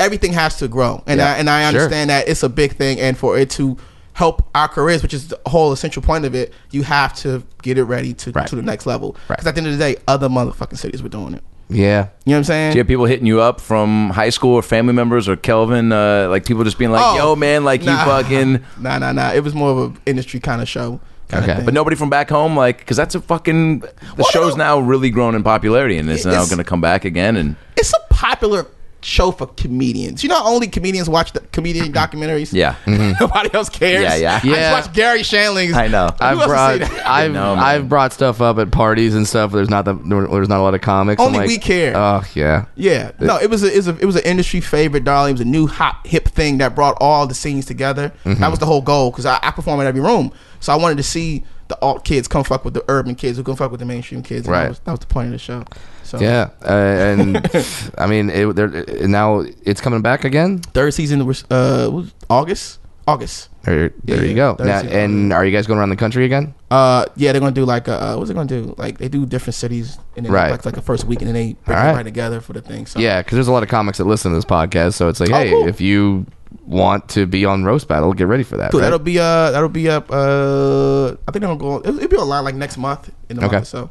S3: everything has to grow, and I and I
S4: Sure.
S3: understand that it's a big thing, and for it to help our careers, which is the whole essential point of it, you have to get it ready to
S4: Right.
S3: to the next level. Because
S4: Right.
S3: at the end of the day, other motherfucking cities were doing it.
S4: yeah.
S3: You know what I'm saying?
S1: Do you have people hitting you up from high school or family members or Kelvin? Uh, like people just being like,
S3: Oh,
S1: "Yo, man, like
S3: nah.
S1: you fucking."
S3: *laughs* Nah, nah, nah. It was more of an industry kind of show. kinda
S4: Okay.
S3: thing.
S1: But nobody from back home, like, because that's a fucking. The show's now really grown in popularity, and it's, now
S3: It's-
S1: going to come back again. And
S3: it's a popular show for comedians. You know, how only comedians watch the comedian documentaries. *laughs*
S1: yeah, Mm-hmm.
S3: nobody else cares.
S1: Yeah, yeah.
S4: Yeah.
S3: I just watch Gary Shanling's.
S1: I know.
S3: Who
S4: I've
S3: else has seen
S4: brought
S3: that?
S4: I've
S1: know, man.
S4: I've brought stuff up at parties and stuff. There's not the there- there's not a lot of comics. I'm
S3: Only
S4: like,
S3: we care.
S4: Oh yeah.
S3: Yeah, no, it was a, it was a, it was an industry favorite, darling. It was a new hot hip thing that brought all the scenes together.
S4: Mm-hmm.
S3: That was the whole goal because I, I perform in every room, so I wanted to see the alt kids come fuck with the urban kids who come fuck with the mainstream kids. and
S4: Right.
S3: that was, that was the point of the show. So
S4: Yeah, uh, and
S3: *laughs*
S4: I mean, it, there, it- now it's coming back again.
S3: third season was uh was August, August.
S4: There, there
S3: Yeah,
S4: you go.
S3: that
S4: Now,
S3: is-
S4: and are you guys going around the country again?
S3: Uh, yeah, they're gonna do like a, uh, what's it gonna do? Like they do different cities and then
S4: Right.
S3: like like the first week and then they bring
S4: All right.
S3: everybody together for the thing. So
S4: Yeah, because there's a lot of comics that listen to this podcast, so it's like, hey,
S3: Oh, cool.
S4: if you want to be on roast battle, get ready for that.
S3: Cool.
S4: right?
S3: That'll be uh that'll be up uh I think I'm gonna go it'll, it'll be online like next month in the
S4: Okay.
S3: month or so.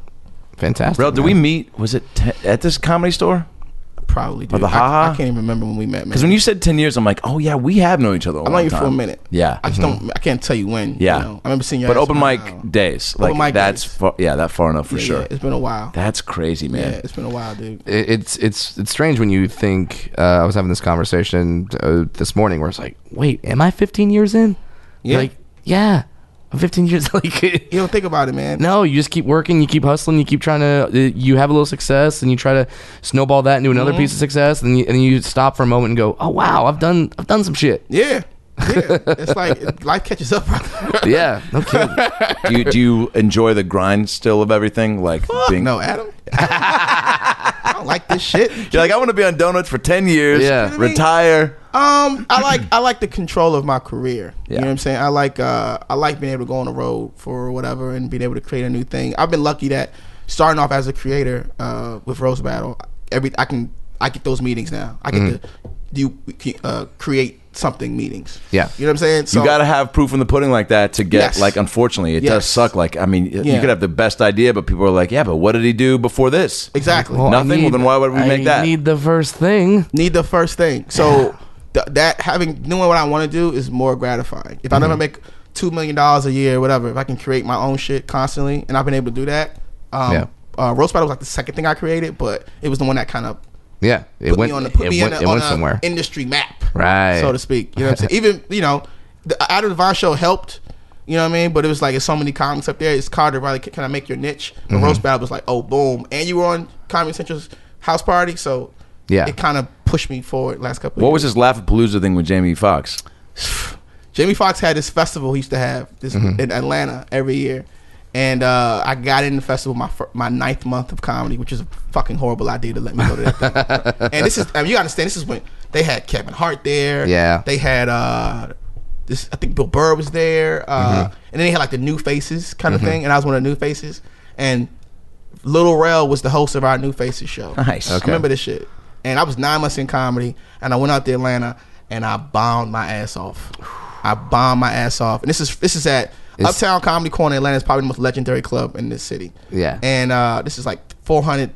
S4: fantastic.
S1: Rel, did we
S4: man.
S1: meet? Was it te- at this comedy store?
S3: Probably dude.
S1: the
S3: I- I,
S1: haha?
S3: can't even remember when we met, man.
S1: Because when you said ten years, I'm like, oh yeah, we have known each other. I
S3: I know you for a minute.
S1: Yeah, Mm-hmm.
S3: I just don't I can't tell you when.
S1: Yeah.
S3: You know? I remember seeing you
S1: but open mic days, like
S3: Open mic
S1: that's
S3: days.
S1: far, yeah, that far enough for sure.
S3: it's been a while.
S1: that's crazy, man.
S3: Yeah, it's been a while, dude.
S4: it- it's it's it's strange when you think uh, I was having this conversation uh, this morning where it's like, wait, am I 15 years in?
S3: Yeah.
S4: Like, yeah, I'm 15 years. *laughs* Like,
S3: You don't think about it, man.
S4: no, you just keep working, you keep hustling, you keep trying to. uh, You have a little success, and you try to snowball that into
S3: Mm-hmm.
S4: another piece of success, and you, and you stop for a moment and go, oh wow, I've done I've done some
S3: *laughs*
S4: shit.
S3: Yeah. Yeah. it's
S1: *laughs*
S3: like life catches up. brother.
S4: Yeah, no kidding.
S1: do, you, do
S3: *laughs*
S1: you enjoy the grind still of everything? Like being
S3: no, Adam. *laughs* I don't like this shit.
S1: You're like, I want to be on donuts for ten years.
S4: Yeah. You know what I
S3: mean?
S1: retire.
S3: Um,
S1: *clears throat*
S3: I like I like the control of my career. You
S1: Yeah.
S3: know what I'm saying? I like uh I like being able to go on the road for whatever and being able to create a new thing. I've been lucky that starting off as a creator uh with Rose Battle, every I can I get those meetings now. I get
S1: Mm-hmm.
S3: the do you uh, create something meetings.
S4: Yeah.
S3: You know what I'm saying? So
S1: you got to have proof in the pudding like that to get
S3: Yes.
S1: like. Unfortunately, it does
S3: Yes.
S1: suck. Like, I mean, you
S3: Yeah.
S1: could have the best idea, but people are like, "Yeah, but what did he do before this?"
S3: Exactly.
S4: I
S1: Nothing? Well, then why would we
S4: I
S1: make that?
S4: Need the first thing.
S3: *laughs* need the first thing. So th- that having knowing what I want to do is more gratifying. If I never make two million dollars a year, whatever, if I can create my own shit constantly, and I've been able to do that. Um,
S4: Yeah.
S3: uh, roast battle was like the second thing I created, but it was the one that kind of
S4: Yeah, it
S3: put
S4: went.
S3: me on the put
S4: it
S3: me
S4: went,
S3: in
S4: it
S3: a, on
S4: went
S3: a
S4: somewhere.
S3: industry map,
S4: Right.
S3: so to speak. You know what I'm saying?
S4: *laughs*
S3: Even you know, the Out of the Vine show helped. You know what I mean? But it was like it's so many comics up there. It's Carter really can I make your niche?
S4: Mm-hmm.
S3: The roast battle was like, oh boom, and you were on Comedy Central's house party, so
S4: Yeah.
S3: it kind of pushed me forward last couple.
S1: What
S3: of
S1: was
S3: years.
S1: this Palooza thing with Jamie Foxx?
S3: Jamie Foxx had this festival he used to have this in Atlanta every year, and uh, I got in the festival my fir- my ninth month of comedy, which is a fucking horrible idea to let me go to that thing. and this is I mean, you understand this is when they had Kevin Hart there.
S4: Yeah.
S3: they had uh, this I think Bill Burr was there, uh,
S4: Mm-hmm.
S3: and then they had like the new faces kind of thing, and I was one of the new faces, and Little Rel was the host of our New Faces show.
S1: Nice.
S3: I remember this shit. And I was nine months in comedy, and I went out to Atlanta, and I bombed my ass off. I bombed my ass off. And this is this is at
S4: It's-
S3: Uptown Comedy Corner. in Atlanta is probably the most legendary club in this city.
S4: Yeah.
S3: And uh, this is like 400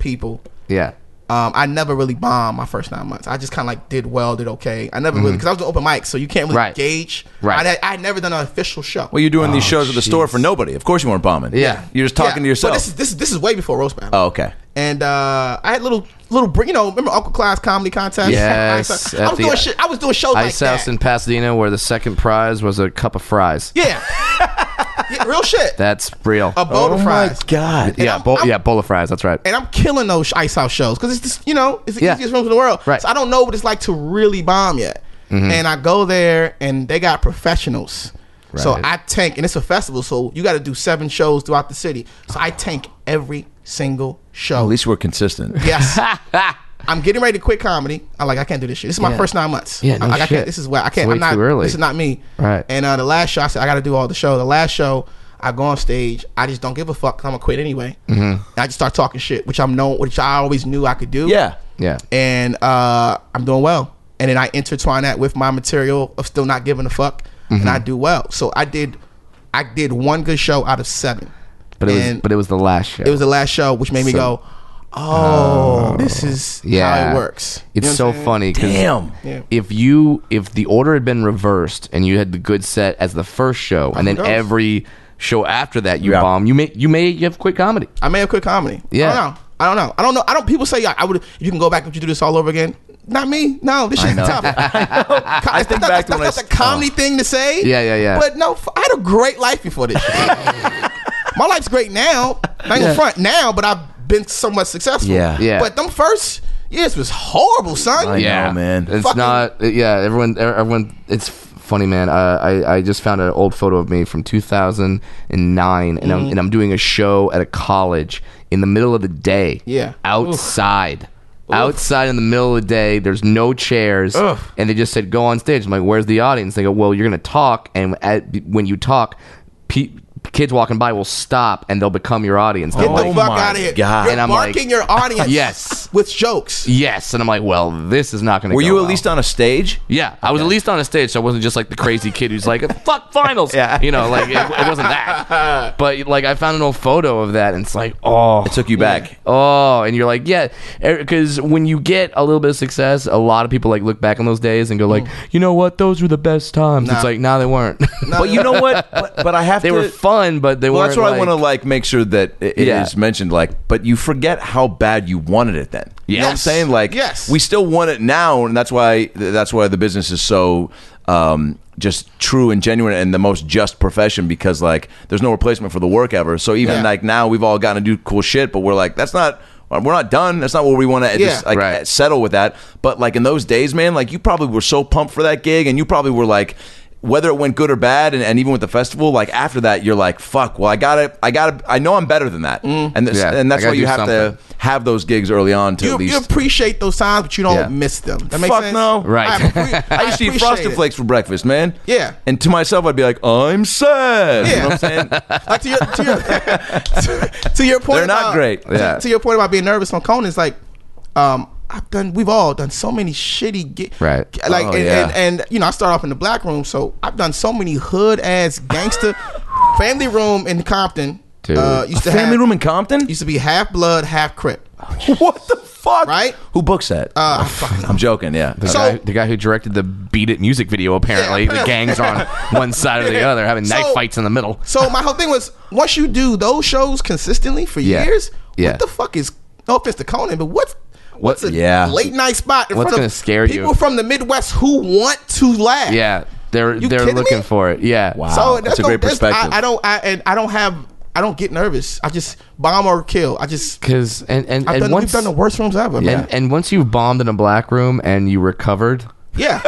S3: people.
S4: Yeah.
S3: Um, I never really bombed my first nine months. I just kind of like did well, did okay. I never really because I was doing open mic, so you can't really
S4: Mm-hmm. Right.
S3: gauge.
S4: Right.
S3: I had, I had never done an official show.
S1: Well, you're doing these shows at the store for nobody. Of course you weren't bombing.
S4: Yeah.
S1: You're just talking to yourself.
S3: But this is this is this is way before roast battle.
S1: oh, okay.
S3: and uh, I had little little br- you know remember Uncle Clyde's comedy contest? *laughs*
S4: Yes,
S3: I
S4: at
S3: was
S4: the
S3: doing shit. I was doing shows like
S4: Ice House
S3: that.
S4: in Pasadena, where the second prize was a cup of fries.
S3: yeah. *laughs* Yeah, real shit.
S4: That's real.
S3: a bowl of fries.
S1: God.
S4: yeah,
S3: I'm-
S4: bowl,
S3: I'm-
S4: yeah, bowl of fries. That's right.
S3: And I'm killing those ice house shows because it's just you know it's the
S4: Yeah.
S3: easiest rooms in the world.
S4: Right. Mm-hmm.
S3: So I don't know what it's like to really bomb yet. And I go there and they got professionals. So
S4: Right.
S3: I tank, and it's a festival, so you got to do seven shows throughout the city. So I tank every single show.
S1: At least we're consistent.
S3: Yes.
S4: *laughs*
S3: I'm getting ready to quit comedy. I'm like, I can't do this shit. This is my
S4: Yeah.
S3: first nine months.
S4: Yeah, no
S3: I, like, I
S4: shit.
S3: can't. This is where I
S4: It's
S3: can't.
S4: way
S3: I'm not.
S4: too early.
S3: This is not me.
S4: Right.
S3: And uh, the last show, I said I got to do all the show. The last show, I go on stage. I just don't give a fuck. i I'm gonna quit anyway. Mm-hmm. And I just start talking shit, which I'm known, which I always knew I could do.
S1: Yeah.
S4: Yeah.
S3: And uh, I'm doing well. And then I intertwine that with my material of still not giving a fuck, and
S4: Mm-hmm.
S3: I do well. So I did. I did one good show out of seven.
S4: But it was
S3: and-
S4: but it was the last show.
S3: It was the last show, which made me
S4: So- uh,
S3: go, "Oh, this is how it works." You
S4: It's
S3: know what
S4: so
S3: I'm saying?
S4: funny. 'cause
S1: Damn.
S3: Yeah.
S4: If you if the order had been reversed and you had the good set as the first show and then
S3: goes.
S4: every show after that you
S1: Yeah.
S4: bomb, you may you may have quit comedy.
S3: I may have quit comedy.
S4: Yeah.
S3: I don't know. I don't know. I don't know. I don't. People say I, I would. You can go back if you do this all over again. Not me. No, this shit's
S4: *laughs*
S3: tough. I
S1: think back
S3: that's, that's,
S1: to when I
S3: that's
S1: s-
S3: a comedy thing to say.
S4: oh. Yeah, yeah, yeah.
S3: But no, f- I had a great life before this. shit.
S4: *laughs*
S3: My life's great now. Not in front now, but I've been somewhat successful.
S1: Yeah.
S4: Yeah.
S3: But them first years was horrible, son.
S1: I
S4: yeah,
S1: know, man.
S4: It's
S3: Fucking-
S4: not. Yeah, everyone. er, Everyone. It's funny, man. Uh, I I just found an old photo of me from 2009, and
S1: Mm-hmm.
S4: I'm and I'm doing a show at a college in the middle of the day.
S3: Yeah.
S4: outside. Outside in the middle of the day, there's no chairs, and they just said, "Go on stage." I'm like, "Where's the audience?" They go, "Well, you're gonna talk, and at, when you talk, pe- kids walking by will stop, and they'll become your audience." And
S3: Get
S4: I'm
S3: the
S4: like,
S3: fuck
S1: my
S3: out of here.
S1: God.
S3: You're
S4: oh And I'm like-
S3: barking your audience.
S4: *laughs* Yes.
S3: With jokes.
S4: yes, and I'm like, "Well, this is not gonna."
S1: Were
S4: go
S1: you at
S4: well."
S1: least on a stage?
S4: Yeah, I was at least on a stage, so I wasn't just like the crazy kid who's like, "Fuck finals," yeah. you know, like it, it wasn't that. But like, I found an old photo of that, and it's like, oh,
S1: It took you back.
S4: oh, and you're like, yeah, because when you get a little bit of success, a lot of people like look back on those days and go like, you know what, those were the best times. It's like, nah, they weren't.
S1: But you know what? But, but I have
S4: they
S1: to.
S4: were fun, but they
S1: well,
S4: weren't.
S1: that's what I
S4: like-
S1: want to like make sure that it it is
S4: Yeah.
S1: mentioned. Like, but you forget how bad you wanted it then. You know what I'm
S3: Yes.
S1: saying? Like,
S3: Yes.
S1: we still want it now, and that's why that's why the business is so um, just true and genuine and the most just profession because like there's no replacement for the work ever. So even
S3: Yeah.
S1: like now we've all gotten to do cool shit, but we're like that's not. We're not done. That's not what we want to
S3: Yeah.
S1: just like
S4: Right.
S1: settle with that. But like in those days, man, like you probably were so pumped for that gig, and you probably were like, whether it went good or bad, and, and even with the festival, like after that, you're like, fuck. Well, I got to I got to I know I'm better than that, and this,
S4: Yeah,
S1: and that's
S4: I gotta
S1: why you
S4: do
S1: have to have those gigs early on to
S3: Mm-hmm. you,
S1: at least.
S3: you appreciate those times, but you don't
S1: Yeah.
S3: miss them. That makes
S1: Fuck
S3: sense.
S1: no.
S4: Right.
S3: I,
S1: *laughs*
S3: appre-
S1: I used to eat
S3: appreciate
S1: frosted
S3: it.
S1: flakes for breakfast, man.
S3: Yeah.
S1: And to myself, I'd be like, I'm sad. You know what I'm saying?
S3: Like to your to your, *laughs* to, to your point.
S1: They're not
S3: about-
S1: great.
S3: to-
S1: Yeah.
S3: To, your point about being nervous on Conan's like, um, I've done. We've all done so many shitty. Gi-
S4: Right.
S3: Like
S1: Oh,
S3: and,
S1: yeah.
S3: and and you know I start off in the black room, so I've done so many hood
S1: *laughs*
S3: ass gangster family room in Compton.
S4: Dude.
S3: Uh, used to
S1: *laughs* Family
S3: have,
S1: room in Compton?
S3: used to be half blood, half crip.
S1: *laughs* what the fuck?
S3: Right?
S1: Who books that?
S3: Uh, fucking
S1: *laughs* I'm joking, yeah.
S4: The,
S3: So-
S4: guy, the guy who directed the "Beat It" music video, apparently,
S3: Yeah.
S4: the gangs are on one side or the other, having knife
S3: So-
S4: fights in the middle.
S3: So my whole thing was once you do those shows consistently for
S4: Yeah.
S3: years,
S4: Yeah.
S3: what the fuck is no offense to Conan, but what's what's a
S1: yeah.
S3: late night spot in
S4: What's
S3: front
S4: gonna
S3: of
S4: scare you?
S3: people from the Midwest who want to laugh?
S4: Yeah, they're
S3: You
S4: they're
S3: kidding me?
S4: looking for it. Yeah. Wow.
S3: So
S1: That's a great
S3: that's-
S1: perspective.
S3: I, I don't I and I don't have I don't get nervous. I just bomb or kill. I just
S4: Because and and,
S3: I've
S4: and
S3: done,
S4: once
S3: we've done the worst rooms ever. man.
S4: and, and once you've bombed in a black room and you
S3: *laughs*
S4: recovered,
S1: *laughs*
S3: yeah,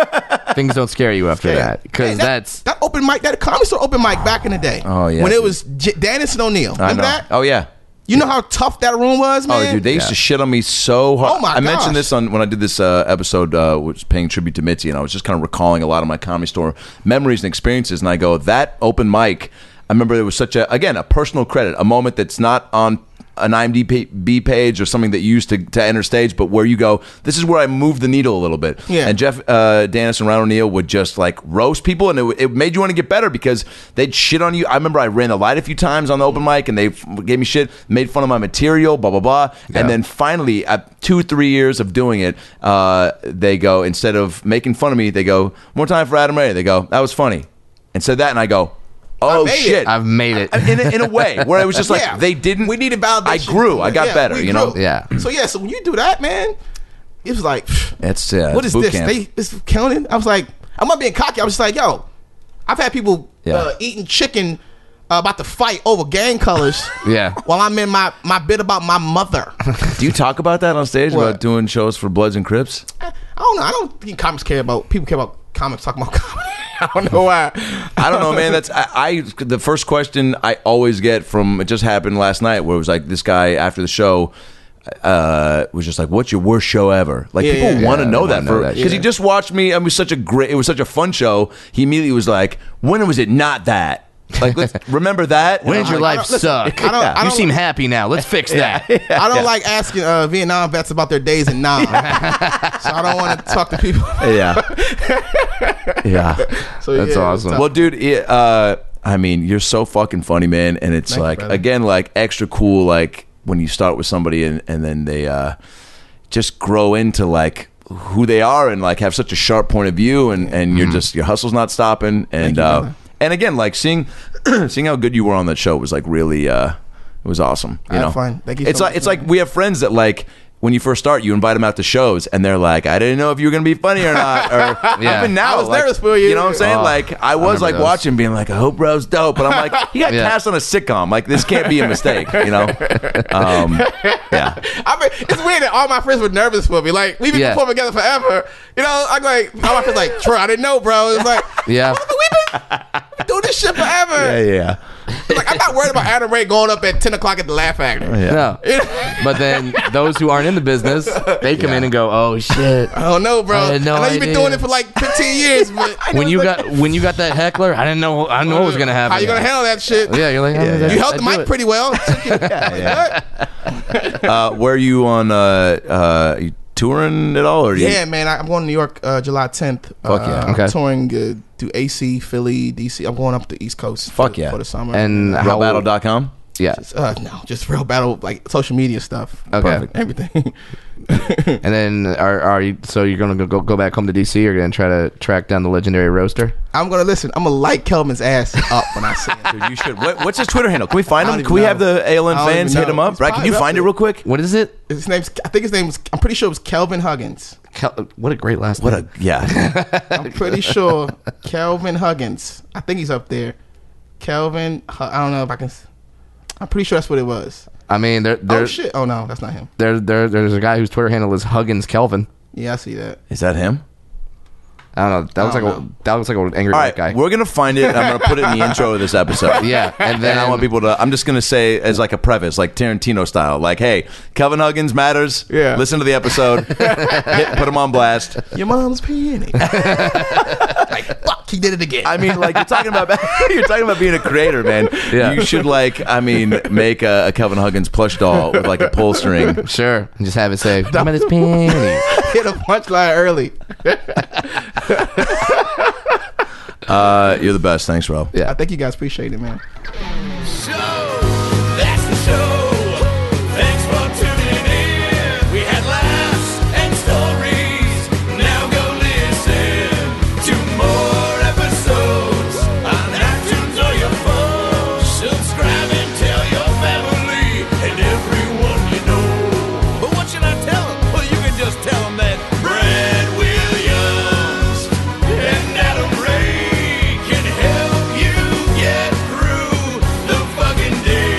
S4: things don't scare you after
S3: Yeah.
S4: that. Because
S3: Hey, that-
S4: that's
S3: that open mic, that comic store open mic back in the day.
S1: Oh, yeah,
S3: when it
S1: dude.
S3: was J- Dennis and O'Neill.
S1: I
S3: Remember
S1: know.
S3: that?
S1: Oh yeah.
S3: You know how tough that room was, man.
S1: Oh, dude, they used to shit on me so hard.
S3: Oh, my
S1: I mentioned
S3: gosh.
S1: this on when I did this uh, episode, uh, was paying tribute to Mitzi, and I was just kind of recalling a lot of my comedy store memories and experiences. And I go, that open mic. I remember there was such a again a personal credit, a moment that's not on an IMDb page or something that you used to, to enter stage, but where you go, this is where I moved the needle a little bit.
S3: Yeah.
S1: And Jeff uh, Dennis and Ron O'Neill would just like roast people, and it, w- it made you want to get better because they'd shit on you. I remember I ran the light a few times on the open mic, and they f- gave me shit, made fun of my material, blah blah blah. And then finally, at two three years of doing it, uh, they go instead of making fun of me, they go more time for Adam Ray. They go that was funny, and said that, and I go, oh
S3: made it.
S1: shit,
S4: I've made it.
S1: in
S4: *laughs*
S1: a, in a way where it
S3: *laughs*
S1: was just like
S3: Yeah.
S1: they didn't.
S3: We needed validation.
S1: I grew. I got
S3: Yeah,
S1: better.
S3: we
S1: You know.
S3: grew.
S4: Yeah.
S3: So yeah. So when you do that, man, it was like,
S1: That's uh,
S3: what is
S1: boot
S3: this?
S1: camp.
S3: They this counting? I was like, I'm not being cocky. I was just like, yo, I've had people
S1: Yeah.
S3: uh, eating chicken. Uh, about to fight over
S1: *laughs*
S3: gang colors.
S4: Yeah.
S3: While I'm in my my bit about my mother. I
S1: Do you talk about that on stage
S3: What?
S1: about doing shows for Bloods and Crips?
S3: don't know. I don't think comics care about people care about comics talking
S1: *laughs*
S3: about comedy. I don't know why.
S1: I don't know, man. That's I, I. The first question I always get from it just happened last night, where it was like this guy after the show uh, was just like, "What's your worst show ever?" Like
S3: Yeah,
S1: people
S3: yeah,
S1: want to
S4: yeah,
S1: know
S4: they
S1: that
S4: wanna know
S1: for
S4: that
S1: because he
S4: shit.
S1: just watched me. and It was such a great. It was such a fun show. He immediately was like, "When was it not that?" Like, let's *laughs* remember that.
S4: when
S1: And
S4: did
S1: I'm
S4: your
S1: like,
S4: life suck?
S3: I don't- I
S4: you
S3: don't-
S4: seem happy now. Let's fix
S3: *laughs*
S4: that.
S3: I don't like asking uh, Vietnam vets about their days
S1: *laughs*
S3: in Nam. so I don't want to talk to people.
S1: "Oh." *laughs* Yeah, yeah.
S3: So, yeah,
S4: That's
S3: it was
S4: awesome.
S3: tough.
S1: Well, dude, it, uh, I mean, you're so fucking funny, man. And it's
S3: you,
S1: like,
S3: brother.
S1: again, like extra cool, like when you start with somebody and, and then they uh, just grow into like who they are and like have such a sharp point of view and, and you're just, your hustle's not stopping. And, uh, and again, like seeing, *clears throat* seeing how good you were on that show was like really, uh, it was awesome. You
S3: I had
S1: know,
S3: fun. Ah, Thank you
S1: It's
S3: so
S1: like
S3: much,
S1: it's like we have friends that like when you first start, you invite them out to shows, and they're like, "I didn't know if you were gonna be funny or not." Or
S4: Yeah.
S1: even now,
S3: I was
S1: like,
S3: nervous for you.
S1: You know what I'm saying?
S4: Oh,
S1: like Ah, I was
S4: remember
S1: like
S4: those.
S1: watching, being like, "I hope Bro's dope," but I'm like, "He *laughs* got
S4: Yeah.
S1: cast on a sitcom. Like this can't be a mistake." You *laughs* know? Um, yeah.
S3: I mean, it's weird that all my friends were nervous for me. Like we've been
S4: Yeah.
S3: performing together forever. You know, I'm like all my friends like, Troy, I didn't know, bro. It's like
S4: Yeah.
S3: we've been doing this shit forever.
S1: yeah.
S3: Like I'm not worried about Adam Ray going up at ten o'clock at the Laugh Factory.
S4: No. But then those who aren't in the business, they come in and go, "Oh shit."
S3: *laughs* I don't know, bro.
S4: I
S3: I,
S4: had Uh, no
S3: know you've been
S4: idea.
S3: doing it for like 15
S4: *laughs*
S3: years, but
S4: When you got when you got that heckler, I didn't know I didn't know what was gonna happen.
S3: How you gonna handle that shit?
S4: Yeah, you're like, oh,
S3: You held the
S4: I do
S3: mic
S4: it.
S3: pretty
S4: *laughs*
S3: well.
S1: Uh, where are you on? Uh, uh, you touring at all? Or you-
S3: Yeah, man, I, I'm going to New York uh, July 10th.
S1: Fuck
S3: uh,
S1: yeah.
S3: I'm
S4: Okay.
S3: touring uh, through AC, Philly, DC. I'm going up the East Coast.
S1: Fuck
S3: for,
S1: yeah.
S3: for the summer.
S4: And how
S1: RealBattle.com.
S4: Yeah.
S3: uh, no, just real battle like social media stuff.
S4: Okay.
S1: Perfect.
S3: Everything. *laughs*
S4: And then are are you so you're gonna go go, go back home to DC? You're gonna try to track down the legendary roaster.
S3: I'm gonna listen. I'm gonna light Kelvin's ass up when I see him.
S1: Dude, you should. What, what's his Twitter handle? Can we find
S3: I
S1: him?
S3: don't
S1: Can we
S3: even
S1: have
S3: know.
S1: the
S3: I
S1: ALN
S3: don't
S1: fans
S3: even
S1: hit him
S3: know.
S1: up?
S3: He's
S1: Right? Can you
S3: probably
S1: find
S3: up
S1: it real
S3: there.
S1: quick?
S4: What is it?
S3: His name's I think his name's I'm pretty sure it was Kelvin Huggins.
S4: Kel- what a great last.
S1: What
S4: name.
S1: a *laughs* yeah.
S3: I'm pretty sure Kelvin Huggins. I think he's up there. Kelvin. Hu- I don't know if I can. s- I'm pretty sure that's what it was.
S4: I mean, there
S3: oh
S4: there,
S3: shit! Oh no, that's not him.
S4: there there there's a guy whose Twitter handle is Huggins Kelvin.
S3: Yeah, I see that.
S1: Is that him?
S4: I don't know. That looks
S3: I
S4: like
S3: don't
S4: a,
S3: know.
S4: that looks like an angry
S1: All
S4: white
S1: right,
S4: guy.
S1: we're gonna find it. and I'm gonna put it in the intro of this *laughs* episode.
S4: Yeah, *laughs* and then
S1: And I want people to. I'm just gonna say as like a preface, like Tarantino style, like, "Hey, Kevin Huggins matters.
S3: Yeah.
S1: listen to the *laughs* episode. Hit, put him on blast.
S3: Your mom's peeing. *laughs* like fuck, he did it again.
S1: I mean, like you're talking about *laughs* you're talking about being a creator, man.
S4: Yeah.
S1: You should like, I mean, make a, a Kevin Huggins plush doll with like a pull string.
S4: Sure, and just have
S1: *laughs*
S4: it say, "I'm at his panties."
S3: hit a punchline early.
S1: Uh, you're the best. Thanks, Rob.
S4: Yeah.
S3: I think you guys appreciate it, man.
S2: That's the show. Thanks for tuning in. We had laughs and stories. Now go listen to more episodes on iTunes or your phone. Subscribe and tell your family and everyone you know. But what should I tell them? Well, you can just tell them that Brad Williams and Adam Ray can help you get through the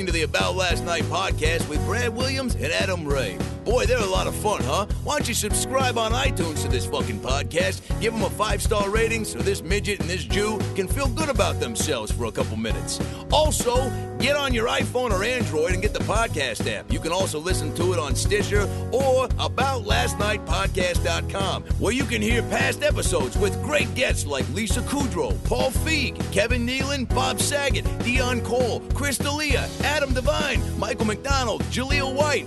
S1: *laughs* the About Last Night podcast with Brad Williams and Adam Ray. Boy, they're a lot of fun, huh? Why don't you subscribe on iTunes to this fucking podcast? Give them a five star rating so this midget and this Jew can feel good about themselves for a couple minutes. Also, get on your iPhone or Android and get the podcast app. You can also listen to it on Stitcher or aboutlastnightpodcast.com, where you can hear past episodes with great guests like Lisa Kudrow, Paul Feig, Kevin Nealon, Bob Saget, Dion Cole, Chris D'Elia, Adam Devine, Michael McDonald, Jaleel White,